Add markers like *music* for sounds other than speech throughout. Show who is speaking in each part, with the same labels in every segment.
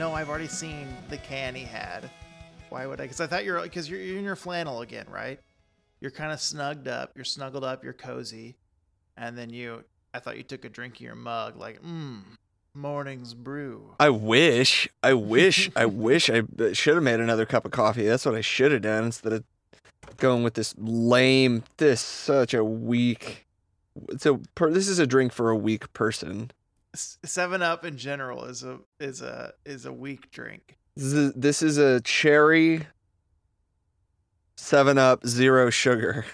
Speaker 1: I've already seen the can he had. Why would I? Because I thought you're because you're, you're in your flannel again, right? You're kind of snugged up. You're snuggled up. You're cozy, and then you. I thought you took a drink of your mug, like mmm, morning's brew.
Speaker 2: I wish, I wish,
Speaker 1: *laughs*
Speaker 2: I wish I should have made another cup of coffee. That's what I should have done instead of going with this lame. This such a weak. So per, this is a drink for a weak person.
Speaker 1: S- Seven Up in general is a is a is a weak drink.
Speaker 2: This is, this is a cherry. Seven Up, zero sugar.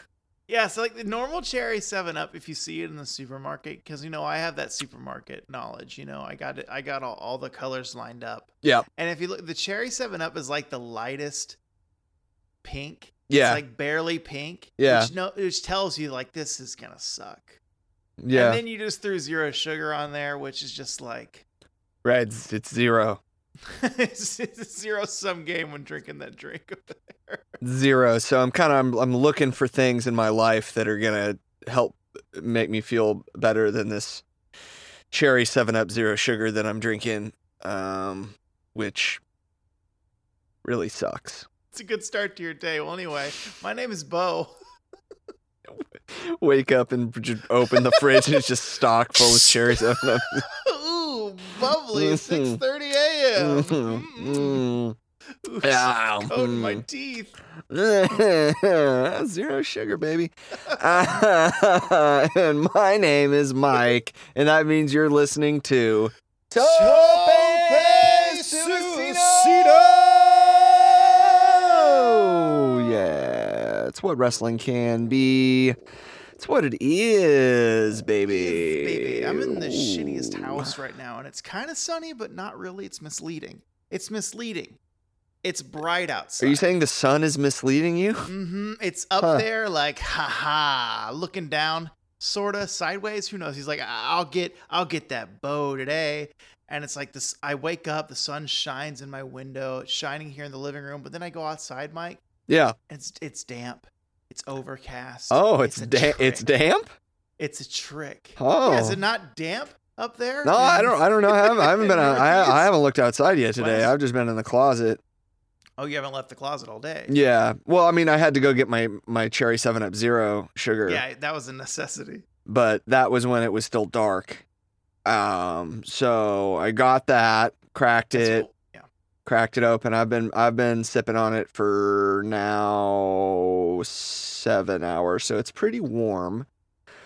Speaker 1: Yeah, so like the normal cherry Seven Up, if you see it in the supermarket, because you know I have that supermarket knowledge. You know, I got it. I got all, all the colors lined up.
Speaker 2: Yeah.
Speaker 1: And if you look, the cherry Seven Up is like the lightest pink.
Speaker 2: Yeah,
Speaker 1: It's like barely pink.
Speaker 2: Yeah.
Speaker 1: Which no, which tells you like this is gonna suck.
Speaker 2: yeah,
Speaker 1: And then you just threw zero sugar on there, which is just like *laughs*
Speaker 2: right. It's, it's zero,
Speaker 1: it's, it's a zero sum game when drinking that drink.
Speaker 2: zero. So I'm kind of I'm, I'm looking for things in my life that are gonna help make me feel better than this cherry Seven Up zero sugar that I'm drinking, um, which really sucks.
Speaker 1: *laughs* it's a good start to your day. Well, anyway, my name is Bo. *laughs*
Speaker 2: Wake up and just open the fridge and it's just stock full of cherry Seven Up.
Speaker 1: Ooh, bubbly,
Speaker 2: *laughs* Mhm.
Speaker 1: six thirty
Speaker 2: *laughs*
Speaker 1: a.m.
Speaker 2: Mm,
Speaker 1: *laughs* Mm-mm.
Speaker 2: mm.
Speaker 1: Ooh,
Speaker 2: Ah,
Speaker 1: coating my
Speaker 2: mm.
Speaker 1: teeth.
Speaker 2: *laughs* Zero sugar, baby. *laughs* Uh, and my name is Mike, and that means you're listening to Tope Suicida. Yeah, it's what wrestling can be. It's what it is, baby.
Speaker 1: Yes, baby. I'm in the shittiest
Speaker 2: Ooh.
Speaker 1: house right now, and it's kind of sunny, but not really. It's misleading. It's misleading. It's bright outside.
Speaker 2: Are you saying the sun is misleading you?
Speaker 1: Mm-hmm. It's up
Speaker 2: Huh.
Speaker 1: there, like, haha, looking down, sorta sideways. Who knows? He's like, "I- I'll get, I'll get that bow today. And it's like this. I wake up, the sun shines in my window, it's shining here in the living room. But then I go outside, Mike.
Speaker 2: Yeah.
Speaker 1: and It's it's damp. It's overcast.
Speaker 2: Oh, it's
Speaker 1: a
Speaker 2: da- it's
Speaker 1: trick.
Speaker 2: damp.
Speaker 1: It's a trick.
Speaker 2: Oh.
Speaker 1: Yeah, is it not damp up there?
Speaker 2: No, I don't. I don't know. I haven't, I haven't been.
Speaker 1: *laughs*
Speaker 2: out- I, I haven't looked outside yet today.
Speaker 1: Wes?
Speaker 2: I've just been in the closet.
Speaker 1: Oh, you haven't left the closet all day.
Speaker 2: Yeah. Well, I mean, I had to go get my my cherry Seven Up Zero sugar.
Speaker 1: Yeah, that was a necessity.
Speaker 2: But that was when it was still dark. Um. So I got that, cracked
Speaker 1: That's
Speaker 2: it,
Speaker 1: cool. Yeah.
Speaker 2: cracked it open. I've been I've been sipping on it for now seven hours. So it's pretty warm.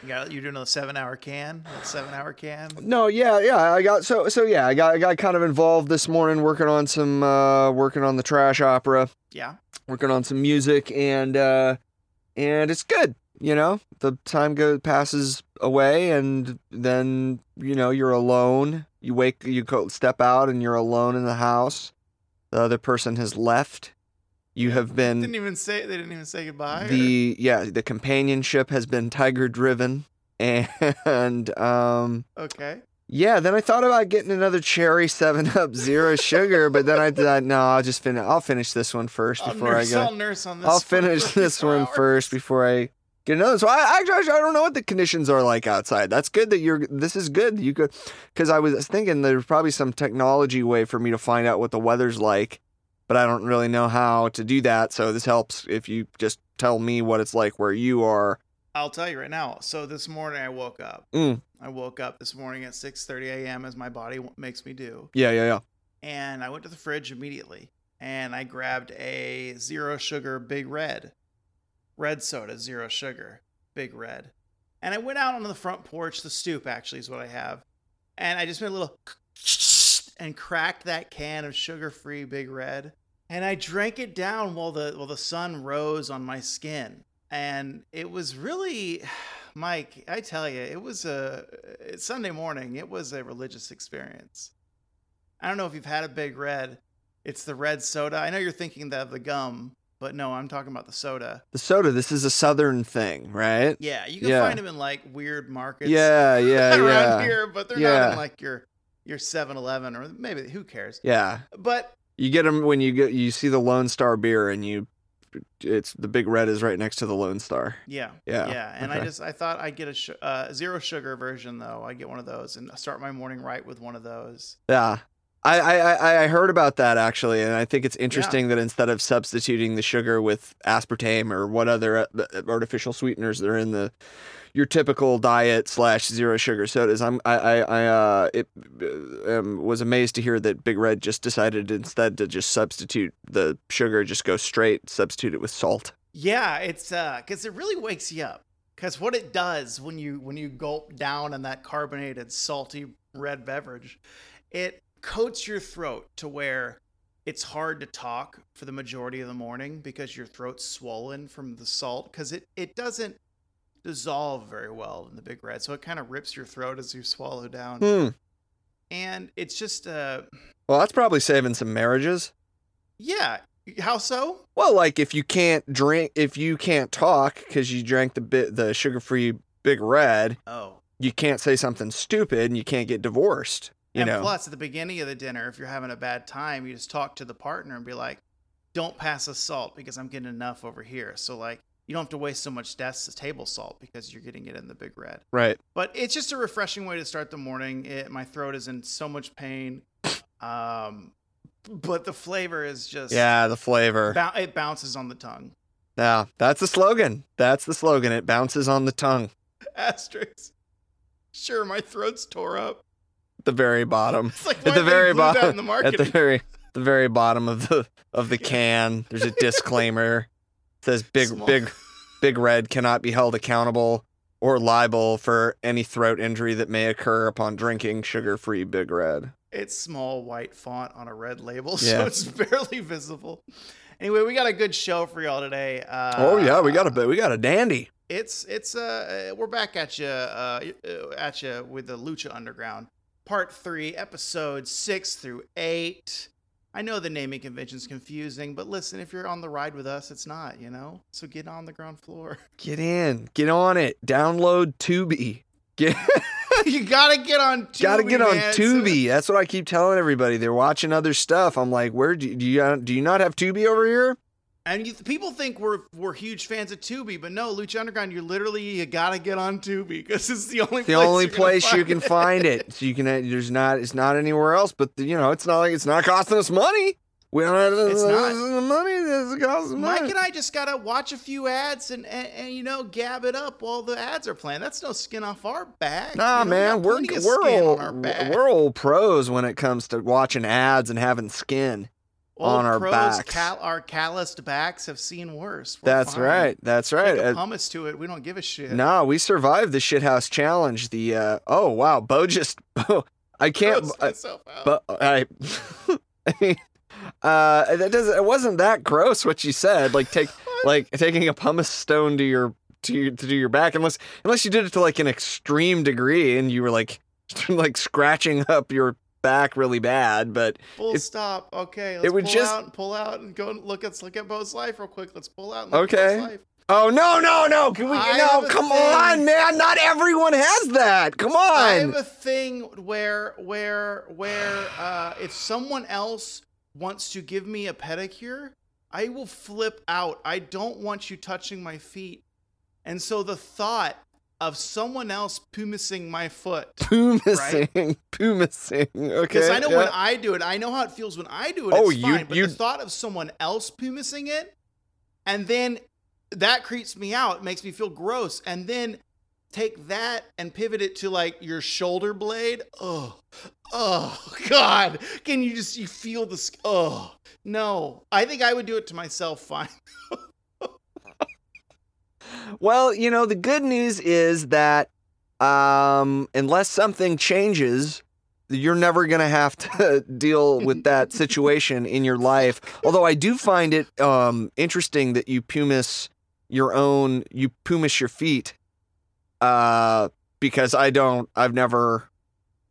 Speaker 1: You got, you're doing a seven hour can. That seven hour can.
Speaker 2: No, yeah, yeah. I got so so yeah. I got I got kind of involved this morning working on some uh working on the trash opera.
Speaker 1: Yeah.
Speaker 2: working on some music and uh and it's good you know the time goes passes away and then you know you're alone you wake you go step out and you're alone in the house the other person has left you have
Speaker 1: Didn't
Speaker 2: been
Speaker 1: even say they didn't even say goodbye. or-
Speaker 2: Mm. the yeah the companionship has been tiger driven *laughs* and um
Speaker 1: okay.
Speaker 2: yeah, then I thought about getting another cherry Seven Up Zero Sugar, but then I thought, no, I'll just finish. I'll finish this one
Speaker 1: *laughs*
Speaker 2: first
Speaker 1: I'll
Speaker 2: before I
Speaker 1: nurse,
Speaker 2: go.
Speaker 1: I'll nurse on this.
Speaker 2: I'll
Speaker 1: one for
Speaker 2: finish this
Speaker 1: 24
Speaker 2: one
Speaker 1: hours.
Speaker 2: first before I get another. So I actually I don't know what the conditions are like outside. That's good that you're. This is good. You could because I was thinking there's probably some technology way for me to find out what the weather's like, but I don't really know how to do that. So this helps if you just tell me what it's like where you are.
Speaker 1: I'll tell you right now. So this morning I woke up.
Speaker 2: Mm.
Speaker 1: I woke up this morning at 6:30 a.m. as my body w- makes me do,
Speaker 2: Yeah, yeah, yeah.
Speaker 1: and I went to the fridge immediately and I grabbed a zero sugar Big Red, red soda, zero sugar, Big Red, and I went out onto the front porch. The stoop actually is what I have, and I just made a little *laughs* and cracked that can of sugar-free Big Red, and I drank it down while the while the sun rose on my skin, and it was really, *sighs* Mike, I tell you, it was a it's Sunday morning. It was a religious experience. I don't know if you've had a Big Red. It's the red soda. I know you're thinking that of the gum, but no, I'm talking about the soda.
Speaker 2: The soda. This is a southern thing, right?
Speaker 1: Yeah, you can
Speaker 2: Yeah.
Speaker 1: find them in like weird markets.
Speaker 2: Yeah,
Speaker 1: *laughs*
Speaker 2: yeah,
Speaker 1: around
Speaker 2: yeah.
Speaker 1: here, but they're not
Speaker 2: Yeah.
Speaker 1: in like your your 7-Eleven or maybe who cares.
Speaker 2: Yeah.
Speaker 1: But
Speaker 2: You get them when you get you see the Lone Star beer and you it's the big red is right next to the Lone Star.
Speaker 1: yeah,
Speaker 2: Yeah.
Speaker 1: yeah. And I
Speaker 2: okay.
Speaker 1: just I thought I'd get a sh- uh, zero sugar version though. I would get one of those and start my morning right with one of those.
Speaker 2: Yeah. I, I I- I heard about that actually, and I think it's interesting that instead of substituting the sugar with aspartame or what other uh, uh, artificial sweeteners that are in the your typical diet slash zero sugar sodas, I'm I I, I uh, it uh, um, was amazed to hear that Big Red just decided instead to just substitute the sugar, just go straight substitute it with salt.
Speaker 1: Yeah, it's uh cuz it really wakes you up. Cuz what it does when you when you gulp down on that carbonated salty red beverage, it coats your throat to where it's hard to talk for the majority of the morning because your throat's swollen from the salt cuz it it doesn't dissolve very well in the big red. So it kind of rips your throat as you swallow down.
Speaker 2: Hmm.
Speaker 1: And it's just uh
Speaker 2: Well, that's probably saving some marriages.
Speaker 1: yeah, how so?
Speaker 2: Well, like if you can't drink, if you can't talk because you drank the bit the sugar free Big Red.
Speaker 1: Oh.
Speaker 2: you can't say something stupid and you can't get divorced. You
Speaker 1: and
Speaker 2: know,
Speaker 1: plus, at the beginning of the dinner, if you're having a bad time, you just talk to the partner and be like, "Don't pass us salt because I'm getting enough over here." So like, you don't have to waste so much desk table salt because you're getting it in the big red.
Speaker 2: right?
Speaker 1: But it's just a refreshing way to start the morning. It, my throat is in so much pain, um, but the flavor is just
Speaker 2: Yeah, the flavor.
Speaker 1: bou- it bounces on the tongue. *laughs*
Speaker 2: yeah, that's the slogan. That's the slogan. It bounces on the tongue,
Speaker 1: Asterisk. Sure, my throat's tore up.
Speaker 2: at the very bottom,
Speaker 1: It's like
Speaker 2: the
Speaker 1: why they
Speaker 2: very
Speaker 1: blew that
Speaker 2: bottom-
Speaker 1: in the
Speaker 2: at
Speaker 1: market.
Speaker 2: the very, the very bottom of the of the can. There's a disclaimer. It says big,
Speaker 1: Small.
Speaker 2: big, big red cannot be held accountable or liable for any throat injury that may occur upon drinking sugar-free big red.
Speaker 1: It's small white font on a red label, *laughs* so
Speaker 2: Yeah.
Speaker 1: it's barely visible. Anyway, we got a good show for y'all today. Uh,
Speaker 2: oh yeah, we got a we got a dandy.
Speaker 1: It's it's uh uh, we're back at you uh uh, at you with the Lucha Underground part three, episodes six through eight. I know the naming convention's confusing, but listen, if you're on the ride with us, it's not, you know. So get on the ground floor. *laughs*
Speaker 2: Get in, get on it. Download Tubi. Get.
Speaker 1: you gotta get on. Tubi,
Speaker 2: Gotta get on
Speaker 1: man. It's-
Speaker 2: Tubi. That's what I keep telling everybody. They're watching other stuff. I'm like, where do, do you do you not have Tubi
Speaker 1: *laughs*
Speaker 2: over here?
Speaker 1: And you, people think we're we're huge fans of Tubi, but no, Lucha Underground, you're literally you gotta get on Tubi because it's the only
Speaker 2: It's the
Speaker 1: place
Speaker 2: only
Speaker 1: you're gonna
Speaker 2: place you
Speaker 1: find
Speaker 2: can find it. So you can. There's not. It's not anywhere else. But you know, it's not like it's not costing us money. We don't have
Speaker 1: It's not.
Speaker 2: the money. This
Speaker 1: *laughs*
Speaker 2: costs
Speaker 1: Mike
Speaker 2: money.
Speaker 1: and I just gotta watch a few ads and, and and you know gab it up while the ads are playing. That's no skin off our back.
Speaker 2: Nah,
Speaker 1: you know, we got
Speaker 2: man, we're
Speaker 1: plenty of
Speaker 2: we're
Speaker 1: skin
Speaker 2: all
Speaker 1: on our back.
Speaker 2: we're all pros when it comes to watching ads and having skin.
Speaker 1: Old
Speaker 2: on our
Speaker 1: pros,
Speaker 2: backs.
Speaker 1: Cal- our calloused backs have seen worse. We're
Speaker 2: That's
Speaker 1: fine.
Speaker 2: right. That's
Speaker 1: Take
Speaker 2: right.
Speaker 1: a
Speaker 2: Uh,
Speaker 1: pumice to it. We don't give a shit.
Speaker 2: No, we survived the shithouse challenge. The uh, oh wow, Bo just *laughs*
Speaker 1: *laughs*
Speaker 2: I can't. uh,
Speaker 1: Gross myself out.
Speaker 2: But I, *laughs* I mean, uh, that does. It wasn't that gross what you said. Like take, like taking a pumice stone to your to your, to your back, unless unless you did it to like an extreme degree and you were like *laughs* like scratching up your back really bad. But
Speaker 1: Full
Speaker 2: It-
Speaker 1: stop. Okay, let's
Speaker 2: it would
Speaker 1: pull
Speaker 2: just-
Speaker 1: out and pull out and go and look. Let's look at Bo's life real quick. Let's pull out. And look
Speaker 2: Okay.
Speaker 1: At Bo's life.
Speaker 2: oh no no no! Can we,
Speaker 1: I have
Speaker 2: no
Speaker 1: a
Speaker 2: come
Speaker 1: thing.
Speaker 2: on man! Not everyone has that. Come
Speaker 1: I have
Speaker 2: on.
Speaker 1: a thing where where where uh, if someone else wants to give me a pedicure, I will flip out. I don't want you touching my feet. And so the thought of someone else pumicing my foot.
Speaker 2: Pumicing, pumicing. Okay.
Speaker 1: Because I know when
Speaker 2: yeah.
Speaker 1: I do it, I know how it feels when I do it.
Speaker 2: Oh,
Speaker 1: it's
Speaker 2: you-
Speaker 1: fine, but
Speaker 2: you-
Speaker 1: the thought of someone else pumicing it, and then that creeps me out. It makes me feel gross. And then take that and pivot it to like your shoulder blade. Oh, oh *laughs* God! Can you just you feel this? Oh no! I think I would do it to myself. Fine.
Speaker 2: Well, you know, the good news is that um, unless something changes, you're never going to have to *laughs* deal with that situation in your life. Although I do find it um, interesting that you pumice your own, you pumice your feet, uh, because I don't, I've never.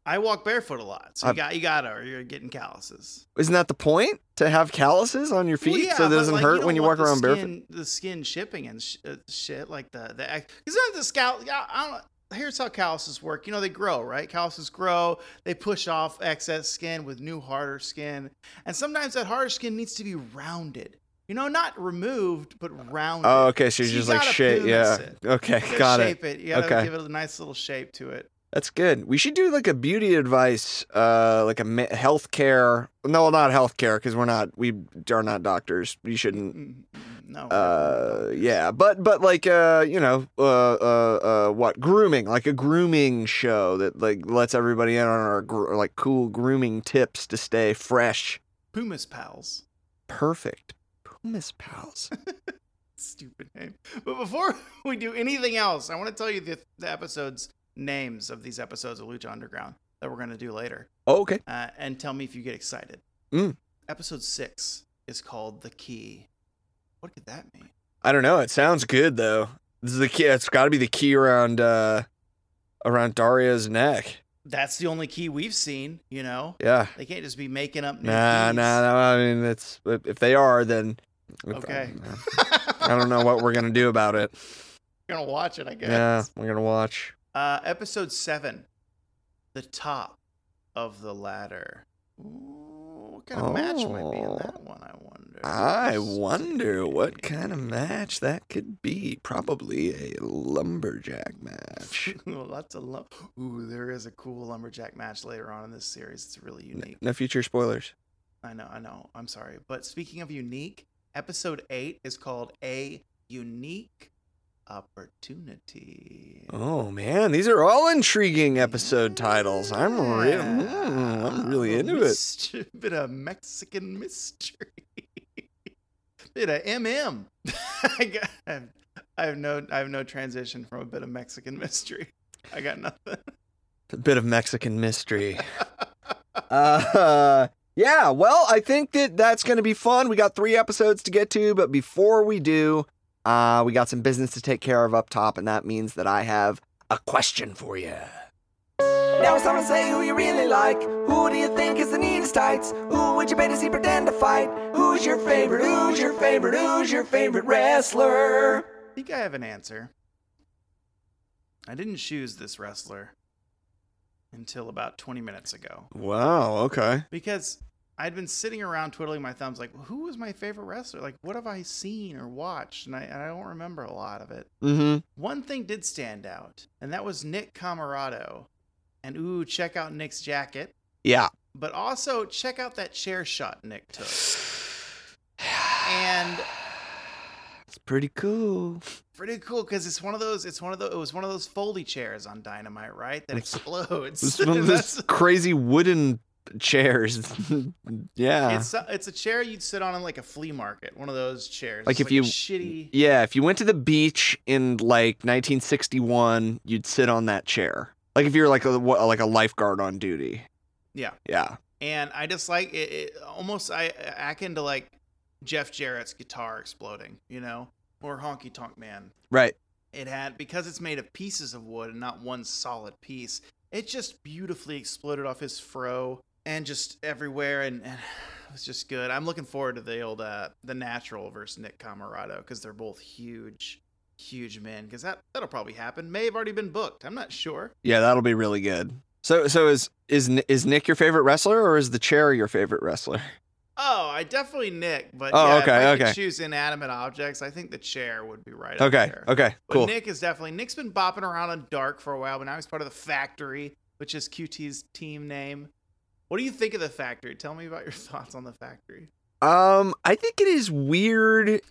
Speaker 1: I walk barefoot a lot, so you
Speaker 2: I've-
Speaker 1: got you got or you're getting calluses.
Speaker 2: Isn't that the point? To have calluses on your feet
Speaker 1: Well, yeah,
Speaker 2: so that
Speaker 1: but,
Speaker 2: it doesn't
Speaker 1: like,
Speaker 2: hurt
Speaker 1: don't
Speaker 2: when you
Speaker 1: want
Speaker 2: walk
Speaker 1: the
Speaker 2: around barefoot?
Speaker 1: skin- The skin shipping and sh- uh, shit like the the because the scout. I, I don't. Here's how calluses work. You know they grow, right? Calluses grow. They push off excess skin with new harder skin, and sometimes that harder skin needs to be rounded. You know, not removed, but rounded.
Speaker 2: Oh, okay.
Speaker 1: So
Speaker 2: So you're
Speaker 1: you
Speaker 2: just like,
Speaker 1: gotta
Speaker 2: shit, *laughs*
Speaker 1: pumice
Speaker 2: yeah.
Speaker 1: it.
Speaker 2: Okay,
Speaker 1: You gotta
Speaker 2: got it.
Speaker 1: shape it. You gotta
Speaker 2: Okay.
Speaker 1: give it a nice little shape to it.
Speaker 2: That's good. We should do like a beauty advice, uh, like a me- healthcare. No, not healthcare because we're not. We are not doctors. You shouldn't.
Speaker 1: Mm, mm, No.
Speaker 2: Uh, yeah, but but like uh, you know, uh, uh, uh, what grooming? Like a grooming show that like lets everybody in on our gr- like cool grooming tips to stay fresh.
Speaker 1: Pumas Pals.
Speaker 2: Perfect. Pumice pals.
Speaker 1: Stupid name. But before *laughs* we do anything else, I want to tell you the, the episodes names of these episodes of Lucha Underground that we're going to do later.
Speaker 2: Oh, okay.
Speaker 1: Uh, and tell me if you get excited.
Speaker 2: Mm.
Speaker 1: Episode six is called The Key. What could that mean?
Speaker 2: I don't know. It sounds good though. This is the key. It's got to be the key around uh, around Daria's neck.
Speaker 1: That's the only key we've seen, you know?
Speaker 2: Yeah.
Speaker 1: They can't just be making up new
Speaker 2: Nah,
Speaker 1: keys. *laughs*
Speaker 2: nah, nah. I mean, that's if they are, then
Speaker 1: Okay.
Speaker 2: I don't know what we're gonna do about *laughs* it.
Speaker 1: You're going to watch it, I guess.
Speaker 2: Yeah, we're gonna watch.
Speaker 1: Uh, episode seven, the top of the ladder. Ooh, what kind of match might be in that one? I wonder.
Speaker 2: Oh, I
Speaker 1: Let's
Speaker 2: wonder what
Speaker 1: see. *laughs*
Speaker 2: kind of match that could be. Probably a lumberjack match.
Speaker 1: Lots of lum- Ooh, there is a cool lumberjack match later on in this series. It's really unique.
Speaker 2: No future spoilers.
Speaker 1: I know, I know. I'm sorry, but speaking of unique, episode eight is called a unique opportunity.
Speaker 2: Oh man, these are all intriguing episode titles. I'm real.
Speaker 1: Yeah.
Speaker 2: I'm really
Speaker 1: A
Speaker 2: into it.
Speaker 1: myster- *laughs* Bit of Mexican mystery. *laughs* bit of MM. *laughs* I, got, I, have, I have no, I have no transition from a bit of Mexican mystery. I got nothing.
Speaker 2: A bit of Mexican mystery. uh, yeah, well, I think that that's going to be fun. We got three episodes to get to, but before we do, uh, we got some business to take care of up top, and that means that I have a question for you.
Speaker 3: Now it's time to say who you really like. Who do you think is the neatest tights? Who would you bet to see pretend to fight? Who's your favorite? Who's your favorite? Who's your favorite wrestler?
Speaker 1: I think I have an answer. I didn't choose this wrestler until about 20 minutes ago
Speaker 2: Wow, okay.
Speaker 1: because I'd been sitting around twiddling my thumbs, like, who was my favorite wrestler? Like, what have I seen or watched? And I, and I don't remember a lot of it.
Speaker 2: Mm-hmm.
Speaker 1: One thing did stand out, and that was Nick Camarado. And ooh, check out Nick's jacket,
Speaker 2: Yeah.
Speaker 1: but also check out that chair shot Nick took. And
Speaker 2: It's pretty cool.
Speaker 1: pretty cool because it's one of those. It's one of those. It was one of those foldy chairs on Dynamite, right? That explodes. *laughs*
Speaker 2: It's one of those
Speaker 1: That's-
Speaker 2: crazy wooden chairs. *laughs* yeah.
Speaker 1: it's a, it's a chair you'd sit on in like a flea market. One of those chairs.
Speaker 2: Like
Speaker 1: It's
Speaker 2: if you-
Speaker 1: a shitty.
Speaker 2: Yeah, if you went to the beach in like 1961, you'd sit on that chair. Like if you're like a what- like a lifeguard on duty.
Speaker 1: Yeah.
Speaker 2: Yeah.
Speaker 1: and I just like it, it almost I I akin to like Jeff Jarrett's guitar exploding, you know, or Honky Tonk Man.
Speaker 2: Right.
Speaker 1: It had because it's made of pieces of wood and not one solid piece. It just beautifully exploded off his fro and just everywhere, and, and *sighs* it was just good. I'm looking forward to the old uh, the natural versus Nick Camarado because they're both huge, huge men. Because that that'll probably happen. May have already been booked. I'm not sure.
Speaker 2: Yeah, that'll be really good. So so is is Ni- is Nick your favorite wrestler or is the chair your favorite wrestler?
Speaker 1: Oh, I definitely Nick, but
Speaker 2: Oh,
Speaker 1: yeah, if
Speaker 2: okay,
Speaker 1: I could
Speaker 2: okay.
Speaker 1: choose inanimate objects, I think the chair would be right. up
Speaker 2: Okay.
Speaker 1: there.
Speaker 2: Okay.
Speaker 1: But
Speaker 2: Cool.
Speaker 1: Nick is definitely Nick's been bopping around on Dark for a while, but now he's part of the Factory, which is QT's team name. What do you think of the Factory? Tell me about your *laughs* thoughts on the Factory.
Speaker 2: Um I think it is weird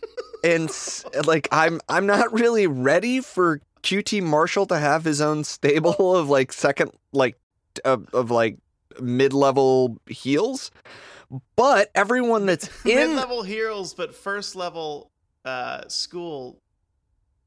Speaker 2: and s- like I'm I'm not really ready for QT Marshall to have his own stable *laughs* of like second like t- of, of like mid-level heels. But everyone that's in
Speaker 1: Mid-level heroes, but first-level uh, school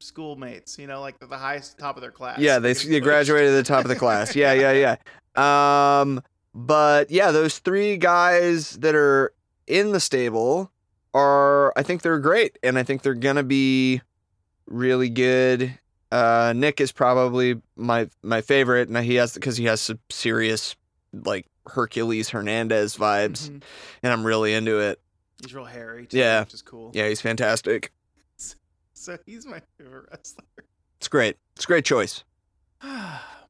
Speaker 1: schoolmates. You know, like the highest top of their class.
Speaker 2: Yeah, they,
Speaker 1: They're
Speaker 2: they
Speaker 1: *laughs* getting
Speaker 2: graduated at the
Speaker 1: pushed.
Speaker 2: top of the class.
Speaker 1: *laughs*
Speaker 2: Yeah, yeah, yeah. Um, but yeah, those three guys that are in the stable are, I think they're great, and I think they're gonna be really good. Uh, Nick is probably my my favorite, and he has because he has some serious like Hercules Hernandez vibes,
Speaker 1: Mhm.
Speaker 2: and I'm really into it.
Speaker 1: He's real hairy. Too,
Speaker 2: Yeah.
Speaker 1: which is cool.
Speaker 2: Yeah, he's fantastic.
Speaker 1: *laughs* So he's my favorite wrestler. *sighs*
Speaker 2: It's great. It's a great choice.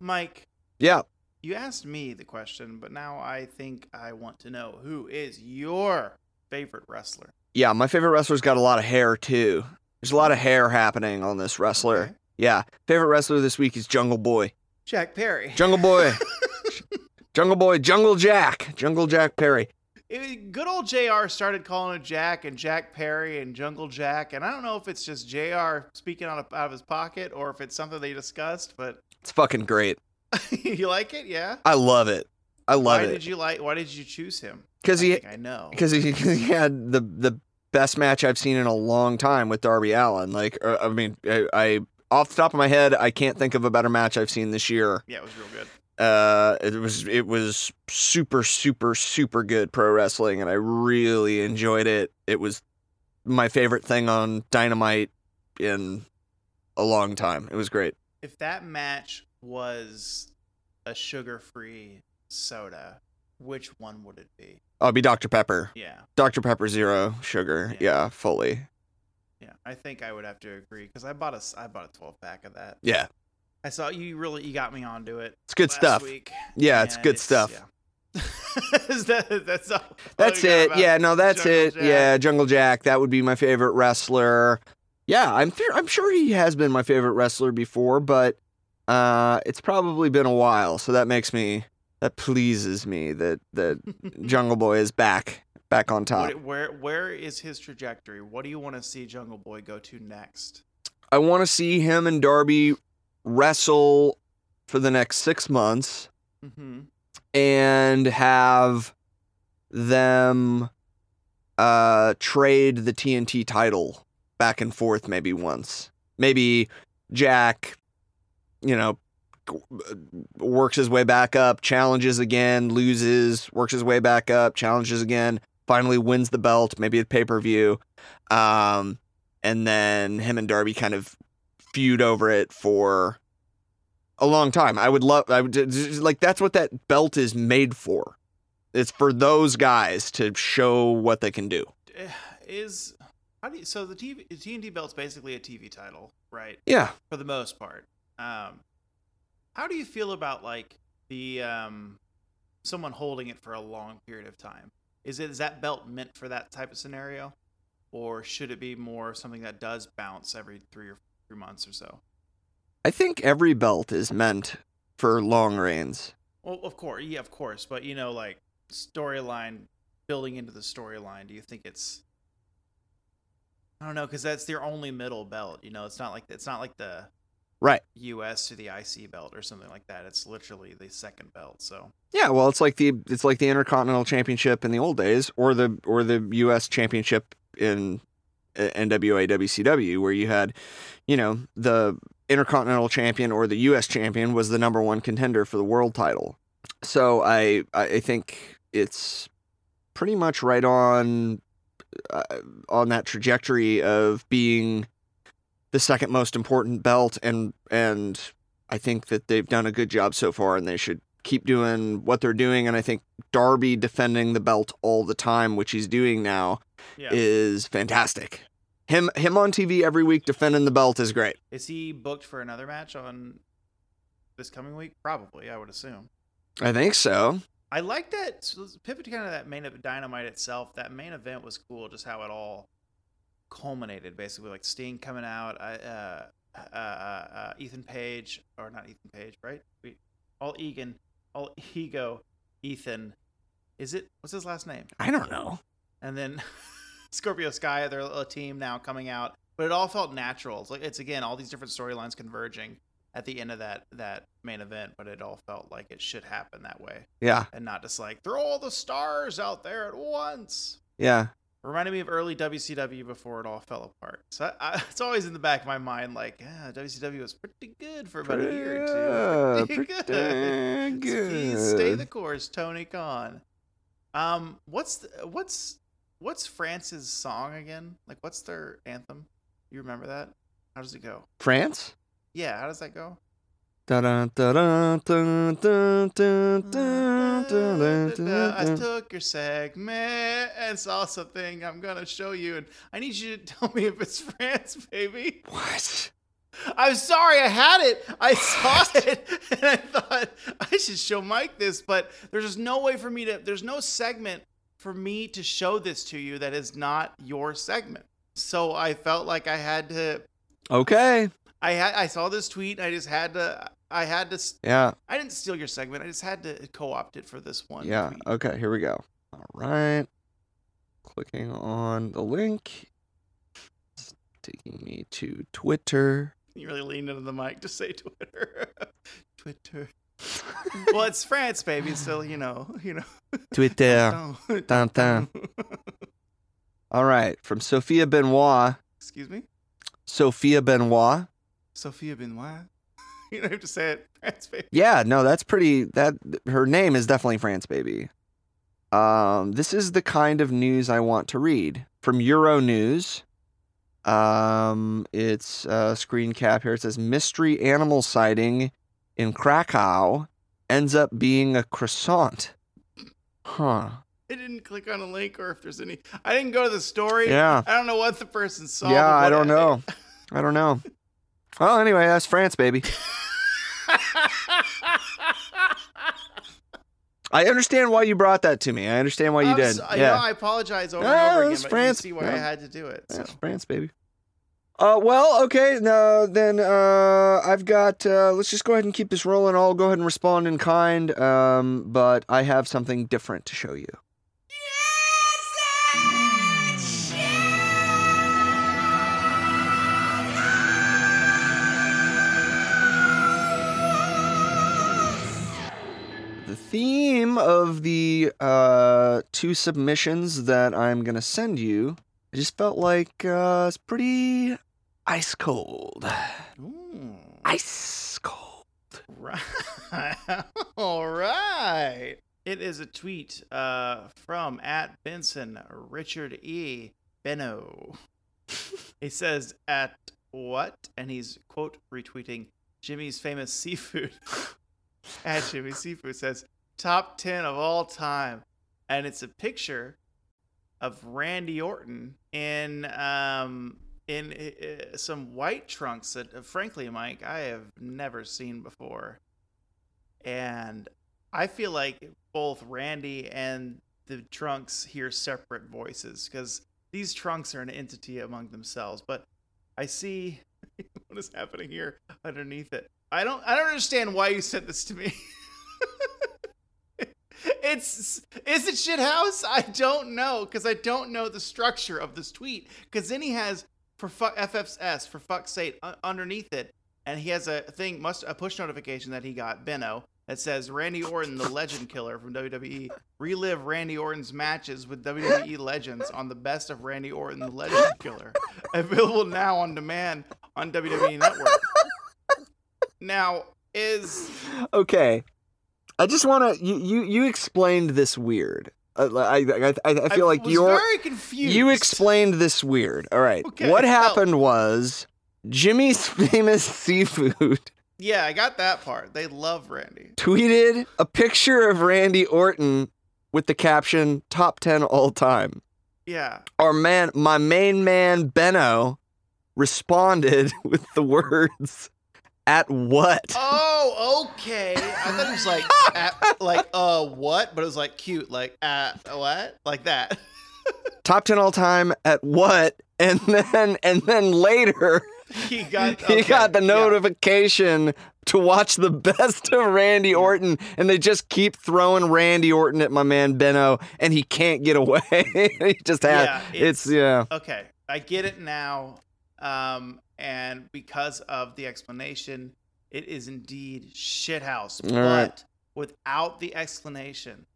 Speaker 1: Mike,
Speaker 2: Yeah.
Speaker 1: you asked me the question, but now I think I want to know who is your favorite wrestler?
Speaker 2: Yeah, my favorite wrestler's got a lot of hair too. There's a lot of hair happening on this wrestler.
Speaker 1: Mm. Okay.
Speaker 2: Yeah. Favorite wrestler this week is Jungle Boy.
Speaker 1: Jack Perry.
Speaker 2: Jungle Boy. Jungle Boy, Jungle Jack, Jungle Jack Perry.
Speaker 1: *laughs* It- good old JR started calling it Jack and Jack Perry and Jungle Jack. And I don't know if it's just JR speaking out of, out of his pocket or if it's something they discussed, but *laughs*
Speaker 2: It's fucking great.
Speaker 1: you like it? Yeah.
Speaker 2: I love it. I love
Speaker 1: why
Speaker 2: it.
Speaker 1: did
Speaker 2: *laughs*
Speaker 1: you like, why did you choose him?
Speaker 2: Because
Speaker 1: I
Speaker 2: he
Speaker 1: think I know.
Speaker 2: because he, 'cause he had the the best match I've seen in a long time with Darby Allen. Like, uh, I mean, I, I off the top of my head, I can't think of a better match I've seen this year.
Speaker 1: Yeah, it was real good.
Speaker 2: Uh, it was it was super super super good pro wrestling, and I really enjoyed it. It was my favorite thing on Dynamite in a long time. It was great.
Speaker 1: If that match was a sugar free soda, which one would it be?
Speaker 2: I'll be Dr Pepper.
Speaker 1: Yeah.
Speaker 2: Dr Pepper zero sugar.
Speaker 1: Yeah.
Speaker 2: Yeah, fully.
Speaker 1: Yeah. I think I would have to agree because I bought a, s- I bought a 12 pack of that.
Speaker 2: Yeah,
Speaker 1: I saw you really, you got me onto it.
Speaker 2: it's good
Speaker 1: last
Speaker 2: stuff.
Speaker 1: week,
Speaker 2: Yeah, it's
Speaker 1: and
Speaker 2: good stuff.
Speaker 1: yeah. *laughs* Is that- that's all- all
Speaker 2: That's
Speaker 1: we Oh, got
Speaker 2: it.
Speaker 1: about
Speaker 2: Yeah, no, that's
Speaker 1: Jungle
Speaker 2: it.
Speaker 1: Jack.
Speaker 2: Yeah, Jungle Jack. That would be my favorite wrestler. Yeah, I'm th- I'm sure he has been my favorite wrestler before, but uh, it's probably been a while. So that makes me that pleases me that that
Speaker 1: *laughs*
Speaker 2: Jungle Boy is back back on top.
Speaker 1: What, where where is his trajectory? What do you want to see Jungle Boy go to next?
Speaker 2: I want to see him and Darby wrestle for the next six months.
Speaker 1: Mm-hmm.
Speaker 2: and have them uh trade the TNT title back and forth maybe once. Maybe Jack you know g- works his way back up, challenges again, loses, works his way back up, challenges again, finally wins the belt, maybe at pay-per-view. Um and then him and Darby kind of feud over it for a long time. I would love. I would just- like that's what that belt is made for. It's for those guys to show what they can do.
Speaker 1: Eh, Is how do you, so the TV, TNT belt's basically a TV title, right?
Speaker 2: Yeah,
Speaker 1: For the most part. Um, how do you feel about like the um, someone holding it for a long period of time? Is it is that belt meant for that type of scenario, or should it be more something that does bounce every three or three months or so?
Speaker 2: I think every belt is meant for long reigns.
Speaker 1: Well, of course, yeah, of course, but you know, like storyline building into the storyline. Do you think it's? I don't know, because that's their only middle belt. You know, it's not like it's not like the
Speaker 2: Right.
Speaker 1: U.S. to the IC belt or something like that. It's literally the second belt. So
Speaker 2: Yeah, well, it's like the it's like the Intercontinental Championship in the old days, or the or the U.S. Championship in uh, NWA WCW, where you had, you know, the Intercontinental Champion or the U.S. Champion was the number one contender for the world title. So I I I think it's pretty much right on uh, on that trajectory of being the second most important belt, and and I think that they've done a good job so far, and they should keep doing what they're doing. And I think Darby defending the belt all the time, which he's doing now,
Speaker 1: yeah,
Speaker 2: is fantastic. Him him on TV every week defending the belt is great.
Speaker 1: is he booked for another match on this coming week? Probably, I would assume.
Speaker 2: I think so.
Speaker 1: I like that. So let's pivot to kind of that main event, Dynamite itself. That main event was cool, just how it all culminated. Basically, like Sting coming out, I, uh, uh, uh, uh, Ethan Page, or not Ethan Page, right? We, all Egan, all Ego, Ethan. Is it? What's his last name?
Speaker 2: I don't know.
Speaker 1: and then *laughs* Scorpio Sky, their little team now coming out. But it all felt natural. It's like it's again all these different storylines converging at the end of that that main event, but it all felt like it should happen that way
Speaker 2: Yeah,
Speaker 1: and not just like throw all the stars out there at once.
Speaker 2: yeah.
Speaker 1: Reminded me of early WCW before it all fell apart. So I, I, it's always in the back of my mind, like yeah, WCW was pretty good for about a year or two.
Speaker 2: Yeah,
Speaker 1: Pretty good.
Speaker 2: pretty
Speaker 1: Please stay the
Speaker 2: good.
Speaker 1: course, Tony Khan. Um, what's the, what's what's France's song again? Like, what's their anthem? You remember that? How does it go?
Speaker 2: France.
Speaker 1: Yeah, how does that go?
Speaker 2: Da-da, da-da, da-da, da-da, da-da,
Speaker 1: I
Speaker 2: da-da.
Speaker 1: took your segment and saw something I'm gonna show you, and I need you to *laughs* tell me if it's France, baby.
Speaker 2: What?
Speaker 1: I'm sorry, I had it. I saw it, and I thought I should show Mike this, but there's just no way for me to. There's no segment for me to show this to you that is not your segment. So I felt like I had to.
Speaker 2: Okay.
Speaker 1: I had. I saw this tweet. And I just had to. I had to. s-
Speaker 2: Yeah.
Speaker 1: I didn't steal your segment. I just had to co-opt it for this one.
Speaker 2: Yeah.
Speaker 1: tweet.
Speaker 2: Okay. Here we go. All right. Clicking on the link. It's taking me to Twitter.
Speaker 1: *laughs* You really leaned into the mic to say Twitter. *laughs* Twitter. well, it's France, baby. So you know, you know.
Speaker 2: Twitter.
Speaker 1: Oh.
Speaker 2: Dun, dun. All right. From Sophia Benoit.
Speaker 1: *laughs* Excuse me,
Speaker 2: Sophia Benoit.
Speaker 1: Sophia Benoit. *laughs* You don't have to say it, France, baby.
Speaker 2: Yeah. No, that's pretty. That her name is definitely France, baby. Um, this is the kind of news I want to read from Euronews. Um, it's uh, screen cap here. It says mystery animal sighting in Krakow ends up being a croissant. Huh.
Speaker 1: I didn't click on a link, or if there's any. I didn't go to the story.
Speaker 2: Yeah.
Speaker 1: I don't know what the person saw.
Speaker 2: Yeah,
Speaker 1: but
Speaker 2: I
Speaker 1: what- *laughs*
Speaker 2: don't know. I don't know. Well, anyway, that's France, baby. I understand why you brought that to me. I understand why you
Speaker 1: I'm
Speaker 2: did.
Speaker 1: so-
Speaker 2: yeah.
Speaker 1: know, I apologize over
Speaker 2: Ah,
Speaker 1: and over again,
Speaker 2: it's
Speaker 1: but
Speaker 2: France.
Speaker 1: you see why I
Speaker 2: Yeah.
Speaker 1: had to do it. So.
Speaker 2: That's France, baby. Uh, well, okay. No, then uh, I've got. Uh, let's just go ahead and keep this rolling. I'll go ahead and respond in kind. Um, but I have something different to show you. The theme of the uh, two submissions that I'm gonna send you, I just felt like uh, it's pretty ice cold.
Speaker 1: Ooh.
Speaker 2: Ice cold.
Speaker 1: Right. *laughs* All right. It is a tweet uh, from at Benson Richard E. Benno. he says at what? And he's quote retweeting Jimmy's famous seafood. at Jimmy Seafood says top ten of all time, and it's a picture of Randy Orton in um in uh, some white trunks that, uh, frankly, Mike, I have never seen before. And I feel like both Randy and the trunks hear separate voices because these trunks are an entity among themselves. But I see *laughs* what is happening here underneath it. I don't. I don't understand why you sent this to me. *laughs* It's is it shit house? I don't know because I don't know the structure of this tweet. Because then he has for fuck FFS for fuck's sake u- underneath it, and he has a thing must a push notification that he got Benno that says Randy Orton, the Legend Killer from WWE, relive Randy Orton's matches with WWE legends on the best of Randy Orton, the Legend Killer, available now on demand on WWE Network. Now is
Speaker 2: Okay. I just want to. You, you you explained this weird. Uh, I, I I I feel like
Speaker 1: was
Speaker 2: you're
Speaker 1: very confused.
Speaker 2: You explained this weird. All right.
Speaker 1: Okay,
Speaker 2: what
Speaker 1: so-
Speaker 2: happened was Jimmy's *laughs* famous seafood
Speaker 1: Yeah, I got that part. They love Randy.
Speaker 2: tweeted a picture of Randy Orton with the caption "Top 10 all time." *laughs*
Speaker 1: Yeah.
Speaker 2: Our man, my main man Benno, responded *laughs* with the words, "At what?"
Speaker 1: Oh, okay. I thought it was
Speaker 2: *laughs*
Speaker 1: like, at, like, uh, what? But it was like cute, like, uh, what? Like that. *laughs* Uh,
Speaker 2: Top 10 all time at what? And then and then later
Speaker 1: He got.
Speaker 2: *laughs* he
Speaker 1: okay,
Speaker 2: got the
Speaker 1: yeah.
Speaker 2: notification to watch the *laughs* best of Randy Orton, and they just keep throwing Randy Orton at my man Benno, and he can't get away. *laughs* he just has.
Speaker 1: Yeah,
Speaker 2: it's, yeah,
Speaker 1: Okay, I get it now. Um, and because of the explanation, it is indeed shithouse, but
Speaker 2: All right.
Speaker 1: without the explanation,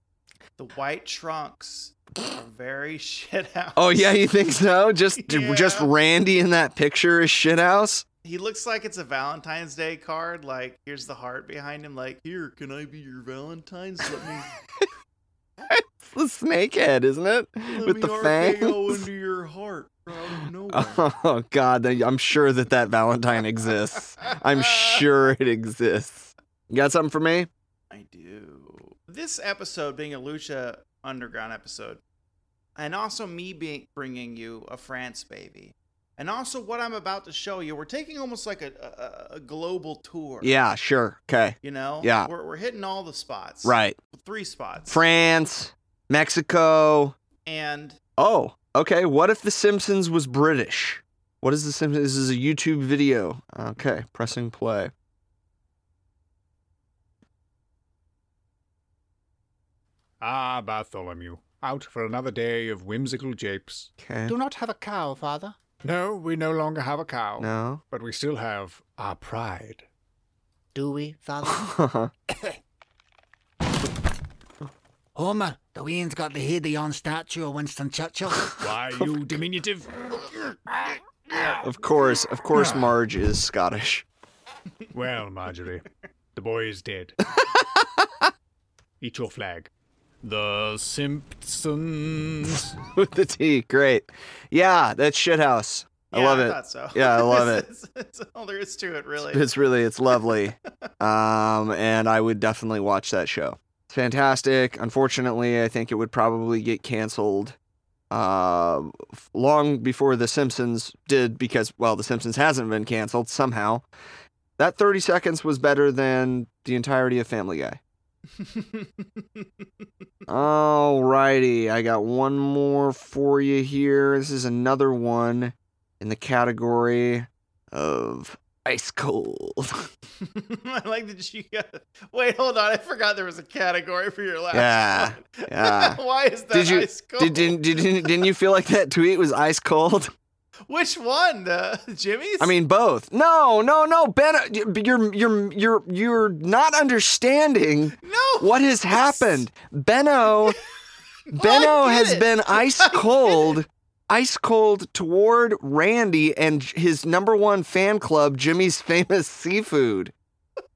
Speaker 1: the white trunks are very *laughs* shithouse.
Speaker 2: Oh yeah, you think so? Just
Speaker 1: *laughs* Yeah.
Speaker 2: just Randy in that picture is shit house.
Speaker 1: He looks like it's a Valentine's Day card. Like, here's the heart behind him. Like, here, can I be your Valentine's? Let me,
Speaker 2: *laughs* It's the snakehead, isn't it?
Speaker 1: let
Speaker 2: With
Speaker 1: me
Speaker 2: the *laughs*
Speaker 1: RKO
Speaker 2: fangs.
Speaker 1: into your heart from
Speaker 2: *laughs*
Speaker 1: nowhere.
Speaker 2: Oh god, they- I'm sure that that Valentine exists.
Speaker 1: *laughs*
Speaker 2: I'm sure it exists. You got something for me?
Speaker 1: I do. This episode being a Lucha Underground episode, and also me being bringing you a France baby, and also what I'm about to show you, we're taking almost like a a, a- a global tour.
Speaker 2: Yeah, sure. Okay.
Speaker 1: You know.
Speaker 2: Yeah.
Speaker 1: We're we're hitting all the spots.
Speaker 2: Right.
Speaker 1: Three spots.
Speaker 2: France, Mexico.
Speaker 1: and
Speaker 2: Oh, okay. What if The Simpsons was British? What is The Simpsons? This is a YouTube video. Okay, pressing play.
Speaker 4: Ah, Bartholomew, out for another day of whimsical japes.
Speaker 2: Okay.
Speaker 5: Do not have a cow, father.
Speaker 4: No, we no longer have a cow,
Speaker 2: No. *laughs*
Speaker 4: but we still have our pride.
Speaker 5: Do we, father? *laughs* Homer, the Wayne's got the head of yon statue of Winston Churchill.
Speaker 4: Why, *laughs* you diminutive?
Speaker 2: of course, of course, Marge is Scottish. *laughs*
Speaker 4: Well, Marjorie, the boy is dead. Eat your flag. The Simpsons.
Speaker 2: With the T, great. Yeah, that's shithouse. I
Speaker 1: Yeah,
Speaker 2: love it.
Speaker 1: thought so.
Speaker 2: Yeah, I love it.
Speaker 1: *laughs* It's- it's- It's all there is to it, really.
Speaker 2: *laughs* It's really, it's lovely. um, and I would definitely watch that show. It's fantastic. Unfortunately, I think it would probably get canceled uh, f- long before The Simpsons did because, well, The Simpsons hasn't been canceled somehow. That 30 seconds was better than the entirety of Family Guy. Alrighty, I got one more for you here. This is another one in the category of ice cold.
Speaker 1: *laughs*
Speaker 2: *laughs*
Speaker 1: I like that you got. Wait, hold on. I forgot there was a category for your last.
Speaker 2: Yeah,
Speaker 1: one.
Speaker 2: yeah.
Speaker 1: *laughs* Why is that?
Speaker 2: Did you-
Speaker 1: ice cold? *laughs*
Speaker 2: Did, didn't, didn't, didn't you feel like that tweet was ice cold?
Speaker 1: Which one, uh, Jimmy's?
Speaker 2: I mean, both. No, no, no, Ben, uh, y- you're you're you're you're not understanding
Speaker 1: no.
Speaker 2: what has happened.
Speaker 1: *laughs*
Speaker 2: Benno, Benno
Speaker 1: get
Speaker 2: has
Speaker 1: it. *laughs*
Speaker 2: been ice cold, ice cold toward Randy and j- his number one fan club, Jimmy's Famous Seafood.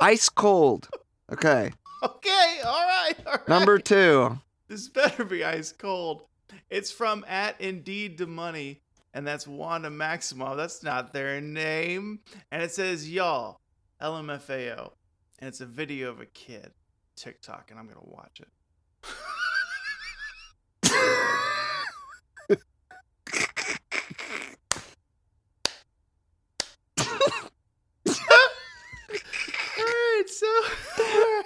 Speaker 2: Ice cold. Okay,
Speaker 1: Okay. All right. All right.
Speaker 2: number two.
Speaker 1: This better be ice cold. It's from at Indeed to Money, and that's Wanda Maximoff. That's not their name. And it says, Y'all, LMFAO. And it's a video of a kid, TikTok, and I'm going to watch it. *laughs* All right, so. *laughs* All right,